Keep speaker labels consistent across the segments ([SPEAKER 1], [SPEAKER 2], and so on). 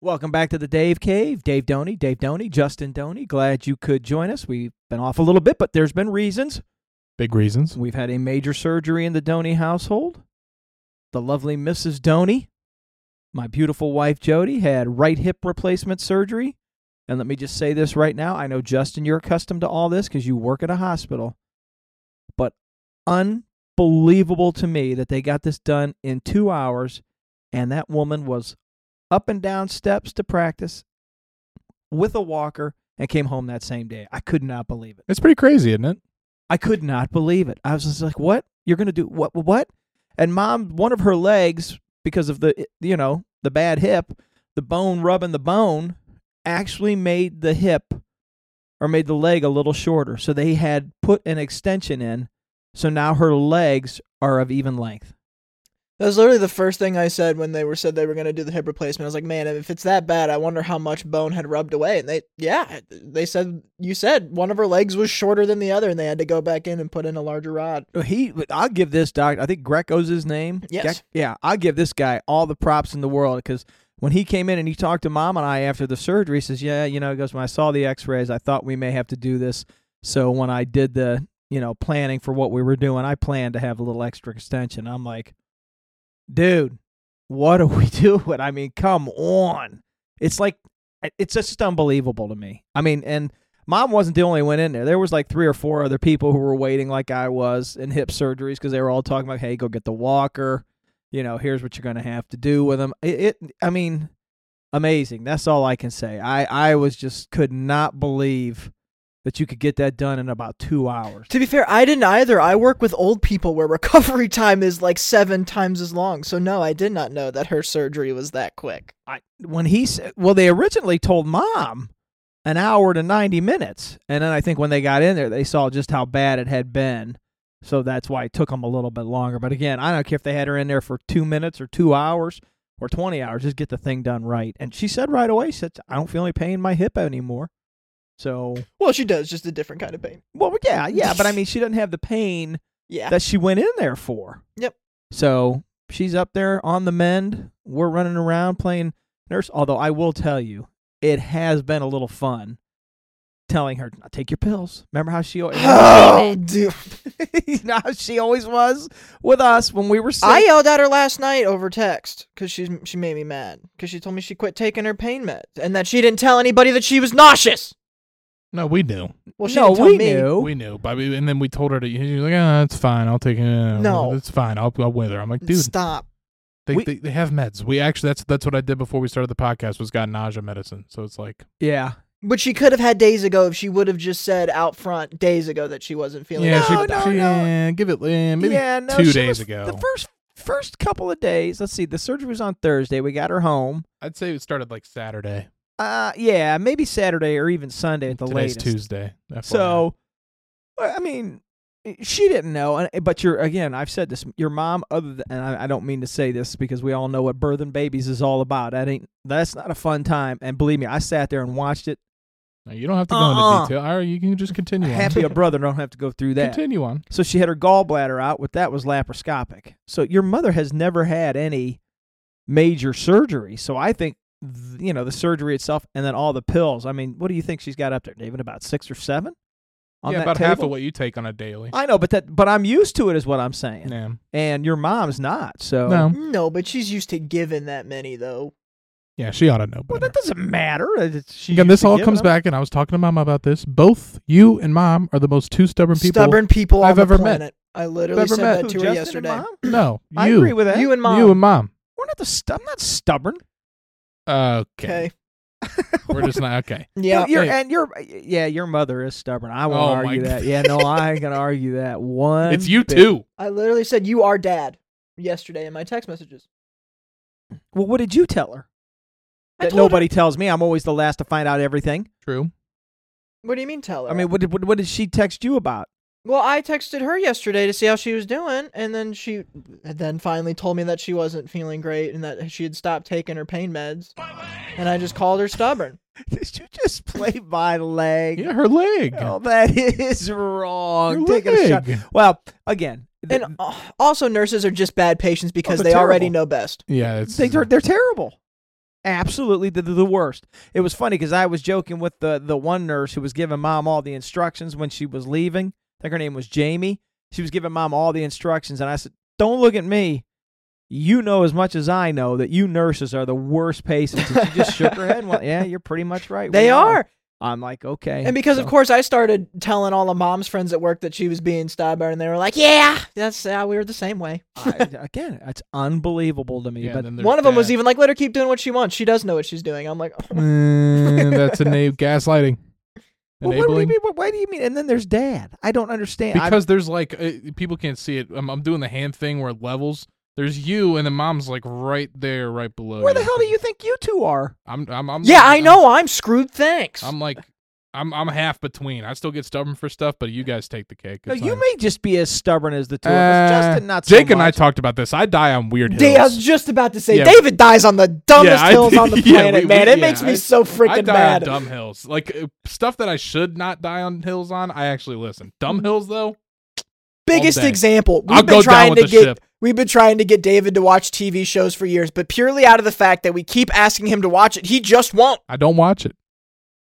[SPEAKER 1] Welcome back to the Dave Cave. Dave Doney, Dave Doney, Justin Doney. Glad you could join us. We've been off a little bit, but there's been reasons.
[SPEAKER 2] Big reasons.
[SPEAKER 1] We've had a major surgery in the Doney household. The lovely Mrs. Doney, my beautiful wife Jody, had right hip replacement surgery. And let me just say this right now. I know, Justin, you're accustomed to all this because you work at a hospital. But unbelievable to me that they got this done in two hours and that woman was up and down steps to practice with a walker and came home that same day. I could not believe it.
[SPEAKER 2] It's pretty crazy, isn't it?
[SPEAKER 1] I could not believe it. I was just like, "What? You're going to do what what?" And mom, one of her legs because of the you know, the bad hip, the bone rubbing the bone actually made the hip or made the leg a little shorter. So they had put an extension in. So now her legs are of even length.
[SPEAKER 3] That was literally the first thing I said when they were said they were going to do the hip replacement. I was like, man, if it's that bad, I wonder how much bone had rubbed away. And they, yeah, they said you said one of her legs was shorter than the other, and they had to go back in and put in a larger rod.
[SPEAKER 1] Uh, He, I'll give this doc. I think Greco's his name.
[SPEAKER 3] Yes.
[SPEAKER 1] Gre- yeah, I'll give this guy all the props in the world because when he came in and he talked to mom and I after the surgery, he says, yeah, you know, he goes, when I saw the X-rays, I thought we may have to do this. So when I did the, you know, planning for what we were doing, I planned to have a little extra extension. I'm like, dude, what are we doing? I mean, come on. It's like, it's just unbelievable to me. I mean, and mom wasn't the only one in there. There was like three or four other people who were waiting, like I was, in hip surgeries because they were all talking about, hey, go get the walker. You know, here's what you're going to have to do with them. It, it, I mean, amazing. That's all I can say. I, I was just could not believe that you could get that done in about two hours.
[SPEAKER 3] To be fair, I didn't either. I work with old people where recovery time is like seven times as long. So no, I did not know that her surgery was that quick.
[SPEAKER 1] I, when he said, well, they originally told mom an hour to 90 minutes. And then I think when they got in there, they saw just how bad it had been. So that's why it took them a little bit longer. But again, I don't care if they had her in there for two minutes or two hours or 20 hours, just get the thing done right. And she said right away, she said, I don't feel any pain in my hip anymore. So,
[SPEAKER 3] Well, she does just a different kind of pain.
[SPEAKER 1] well, yeah, yeah. But I mean, she doesn't have the pain
[SPEAKER 3] Yeah.
[SPEAKER 1] that she went in there for.
[SPEAKER 3] Yep.
[SPEAKER 1] So she's up there on the mend. We're running around playing nurse. Although I will tell you, it has been a little fun telling her, "Now take your pills." Remember how she,
[SPEAKER 3] oh, dude.
[SPEAKER 1] you know how she always was with us when we were sick.
[SPEAKER 3] I yelled at her last night over text because she she made me mad because she told me she quit taking her pain meds and that she didn't tell anybody that she was nauseous.
[SPEAKER 2] No, we knew.
[SPEAKER 3] Well, she
[SPEAKER 1] no,
[SPEAKER 3] didn't tell
[SPEAKER 1] we
[SPEAKER 3] me.
[SPEAKER 1] knew.
[SPEAKER 2] We knew. But we, and then we told her to. She was like, "Ah, it's fine. I'll take it. Uh,
[SPEAKER 3] No.
[SPEAKER 2] it's fine. I'll, I'll with her." I'm like, "Dude,
[SPEAKER 3] Stop.
[SPEAKER 2] they,
[SPEAKER 1] We-
[SPEAKER 2] they they have meds. We actually that's that's what I did before we started the podcast. Was got nausea medicine. So it's like,
[SPEAKER 1] yeah.
[SPEAKER 3] But she could have had days ago if she would have just said out front days ago that she wasn't feeling.
[SPEAKER 2] yeah,
[SPEAKER 3] well.
[SPEAKER 1] No,
[SPEAKER 2] she,
[SPEAKER 1] no,
[SPEAKER 2] she-
[SPEAKER 1] no.
[SPEAKER 2] eh, give it eh, maybe
[SPEAKER 1] yeah, no,
[SPEAKER 2] two
[SPEAKER 1] she
[SPEAKER 2] days
[SPEAKER 1] was-
[SPEAKER 2] ago.
[SPEAKER 1] The first first couple of days. Let's see. The surgery was on Thursday. We got her home.
[SPEAKER 2] I'd say it started like Saturday.
[SPEAKER 1] Uh, yeah, maybe Saturday or even Sunday at the
[SPEAKER 2] Today's
[SPEAKER 1] latest.
[SPEAKER 2] Tuesday. FYI.
[SPEAKER 1] So, well, I mean, she didn't know. and- eh, But you're again. I've said this. Your mom, other than, and I, I don't mean to say this because we all know what birthing babies is all about. That ain't. That's not a fun time. And believe me, I sat there and watched it.
[SPEAKER 2] No, you don't have to go
[SPEAKER 1] Uh-uh.
[SPEAKER 2] into detail. All right, you can just continue on.
[SPEAKER 1] Happy a brother don't have to go through that.
[SPEAKER 2] Continue on.
[SPEAKER 1] So she had her gallbladder out. What that was laparoscopic. So your mother has never had any major surgery. So I think th- you know the surgery itself, and then all the pills. I mean, what do you think she's got up there, David? About six or seven. On
[SPEAKER 2] yeah,
[SPEAKER 1] that
[SPEAKER 2] about half
[SPEAKER 1] table?
[SPEAKER 2] of what you take on a daily.
[SPEAKER 1] I know, but that but I'm used to it is what I'm saying.
[SPEAKER 2] Yeah.
[SPEAKER 1] And your mom's not. Oh, So
[SPEAKER 2] No.
[SPEAKER 3] No, but she's used to giving that many though.
[SPEAKER 2] Yeah, she ought to know.
[SPEAKER 1] Well, that
[SPEAKER 2] better.
[SPEAKER 1] doesn't matter. It's- she
[SPEAKER 2] Again,
[SPEAKER 1] used
[SPEAKER 2] this
[SPEAKER 1] to
[SPEAKER 2] all
[SPEAKER 1] give
[SPEAKER 2] comes
[SPEAKER 1] them.
[SPEAKER 2] back, and I was talking to mom about this. Both you and mom are the most two stubborn people.
[SPEAKER 3] Stubborn people
[SPEAKER 2] I've
[SPEAKER 3] on
[SPEAKER 2] ever
[SPEAKER 3] the
[SPEAKER 2] met.
[SPEAKER 3] planet. I literally
[SPEAKER 2] Ever
[SPEAKER 3] said
[SPEAKER 2] met.
[SPEAKER 3] that
[SPEAKER 1] Who,
[SPEAKER 3] to her
[SPEAKER 1] Justin and
[SPEAKER 3] yesterday.
[SPEAKER 1] Mom?
[SPEAKER 2] No, you,
[SPEAKER 1] I agree with that.
[SPEAKER 3] You and mom.
[SPEAKER 2] you and mom.
[SPEAKER 1] We're not the stu- I'm not stubborn.
[SPEAKER 2] Okay,
[SPEAKER 3] okay.
[SPEAKER 2] we're just not okay.
[SPEAKER 3] Yeah.
[SPEAKER 1] You're-
[SPEAKER 2] Hey.
[SPEAKER 1] and your yeah, your mother is stubborn. I won't
[SPEAKER 2] Oh, my
[SPEAKER 1] argue that. Yeah, no, I ain't gonna argue that one.
[SPEAKER 2] it's you
[SPEAKER 1] bit.
[SPEAKER 2] too.
[SPEAKER 3] I literally said you are dad yesterday in my text messages.
[SPEAKER 1] Well, what did you tell her?
[SPEAKER 3] I
[SPEAKER 1] That
[SPEAKER 3] told her-
[SPEAKER 1] nobody tells me. I'm always the last to find out everything.
[SPEAKER 2] True.
[SPEAKER 3] What do you mean tell her?
[SPEAKER 1] I mean, what did what, what did she text you about?
[SPEAKER 3] Well, I texted her yesterday to see how she was doing, and then she and then finally told me that she wasn't feeling great and that she had stopped taking her pain meds. And I just called her stubborn.
[SPEAKER 1] Did you just play my leg?
[SPEAKER 2] Yeah, her leg.
[SPEAKER 1] Oh, that is wrong.
[SPEAKER 2] Her
[SPEAKER 1] Take a shot.
[SPEAKER 2] leg.
[SPEAKER 1] Well, again, th-
[SPEAKER 3] And uh, also, nurses are just bad patients because
[SPEAKER 1] they're
[SPEAKER 3] they already
[SPEAKER 1] terrible.
[SPEAKER 3] know best.
[SPEAKER 2] Yeah, it's
[SPEAKER 1] they, are they're terrible. absolutely the, the worst. It was funny because I was joking with the the one nurse who was giving mom all the instructions when she was leaving. I think her name was Jamie. She was giving mom all the instructions, and I said, "Don't look at me. You know as much as I know that you nurses are the worst patients." And she just shook her head. And went, yeah, you're pretty much right.
[SPEAKER 3] They
[SPEAKER 1] We
[SPEAKER 3] are.
[SPEAKER 1] I'm like, okay.
[SPEAKER 3] And because, of
[SPEAKER 1] So-
[SPEAKER 3] course, I started telling all of mom's friends at work that she was being stubborn, and they were like, yeah, that's uh, we were the same way.
[SPEAKER 1] I, again, it's unbelievable to me.
[SPEAKER 2] Yeah,
[SPEAKER 1] but
[SPEAKER 2] then there's
[SPEAKER 3] One of them was
[SPEAKER 2] dad.
[SPEAKER 3] even like, let her keep doing what she wants. She does know what she's doing. I'm
[SPEAKER 1] Oh
[SPEAKER 3] like,
[SPEAKER 2] Mm, that's enab- gaslighting.
[SPEAKER 1] Well, what do you
[SPEAKER 2] Enabling.
[SPEAKER 1] mean? What, why do you mean? And then there's dad. I don't understand. I-
[SPEAKER 2] because there's like uh, people can't see it. I'm, I'm doing the hand thing where it levels. There's you, and the mom's like right there, right below.
[SPEAKER 1] where the hell do you think you two are?
[SPEAKER 2] I'm, I'm, I'm
[SPEAKER 3] yeah,
[SPEAKER 2] I'm-
[SPEAKER 3] I know. I'm screwed. Thanks.
[SPEAKER 2] I'm like, I'm, I'm half between. I still get stubborn for stuff, but you guys take the cake.
[SPEAKER 1] No,
[SPEAKER 2] It's
[SPEAKER 1] you
[SPEAKER 2] fine.
[SPEAKER 1] may just be as stubborn as the two of us.
[SPEAKER 2] Uh,
[SPEAKER 1] Justin, not so
[SPEAKER 2] Jake and I
[SPEAKER 1] much.
[SPEAKER 2] talked about this. I die on weird hills.
[SPEAKER 3] Da- I was just about to say,
[SPEAKER 2] Yeah.
[SPEAKER 3] David dies on the dumbest
[SPEAKER 2] Yeah, I
[SPEAKER 3] hills
[SPEAKER 2] did-
[SPEAKER 3] on the
[SPEAKER 2] yeah,
[SPEAKER 3] planet,
[SPEAKER 2] we-
[SPEAKER 3] man.
[SPEAKER 2] we-
[SPEAKER 3] it
[SPEAKER 2] yeah,
[SPEAKER 3] makes me
[SPEAKER 2] I-
[SPEAKER 3] so
[SPEAKER 2] I
[SPEAKER 3] freaking
[SPEAKER 2] die
[SPEAKER 3] mad.
[SPEAKER 2] on dumb hills, like uh, stuff that I should not die on hills on. I actually listen. Dumb hills, though,
[SPEAKER 3] Biggest
[SPEAKER 2] all day.
[SPEAKER 3] example. We've
[SPEAKER 2] I'll
[SPEAKER 3] been
[SPEAKER 2] go down
[SPEAKER 3] trying
[SPEAKER 2] with
[SPEAKER 3] to
[SPEAKER 2] the
[SPEAKER 3] get
[SPEAKER 2] ship.
[SPEAKER 3] we've been trying to get David to watch TV shows for years, but purely out of the fact that we keep asking him to watch it, he just won't.
[SPEAKER 2] I don't watch it.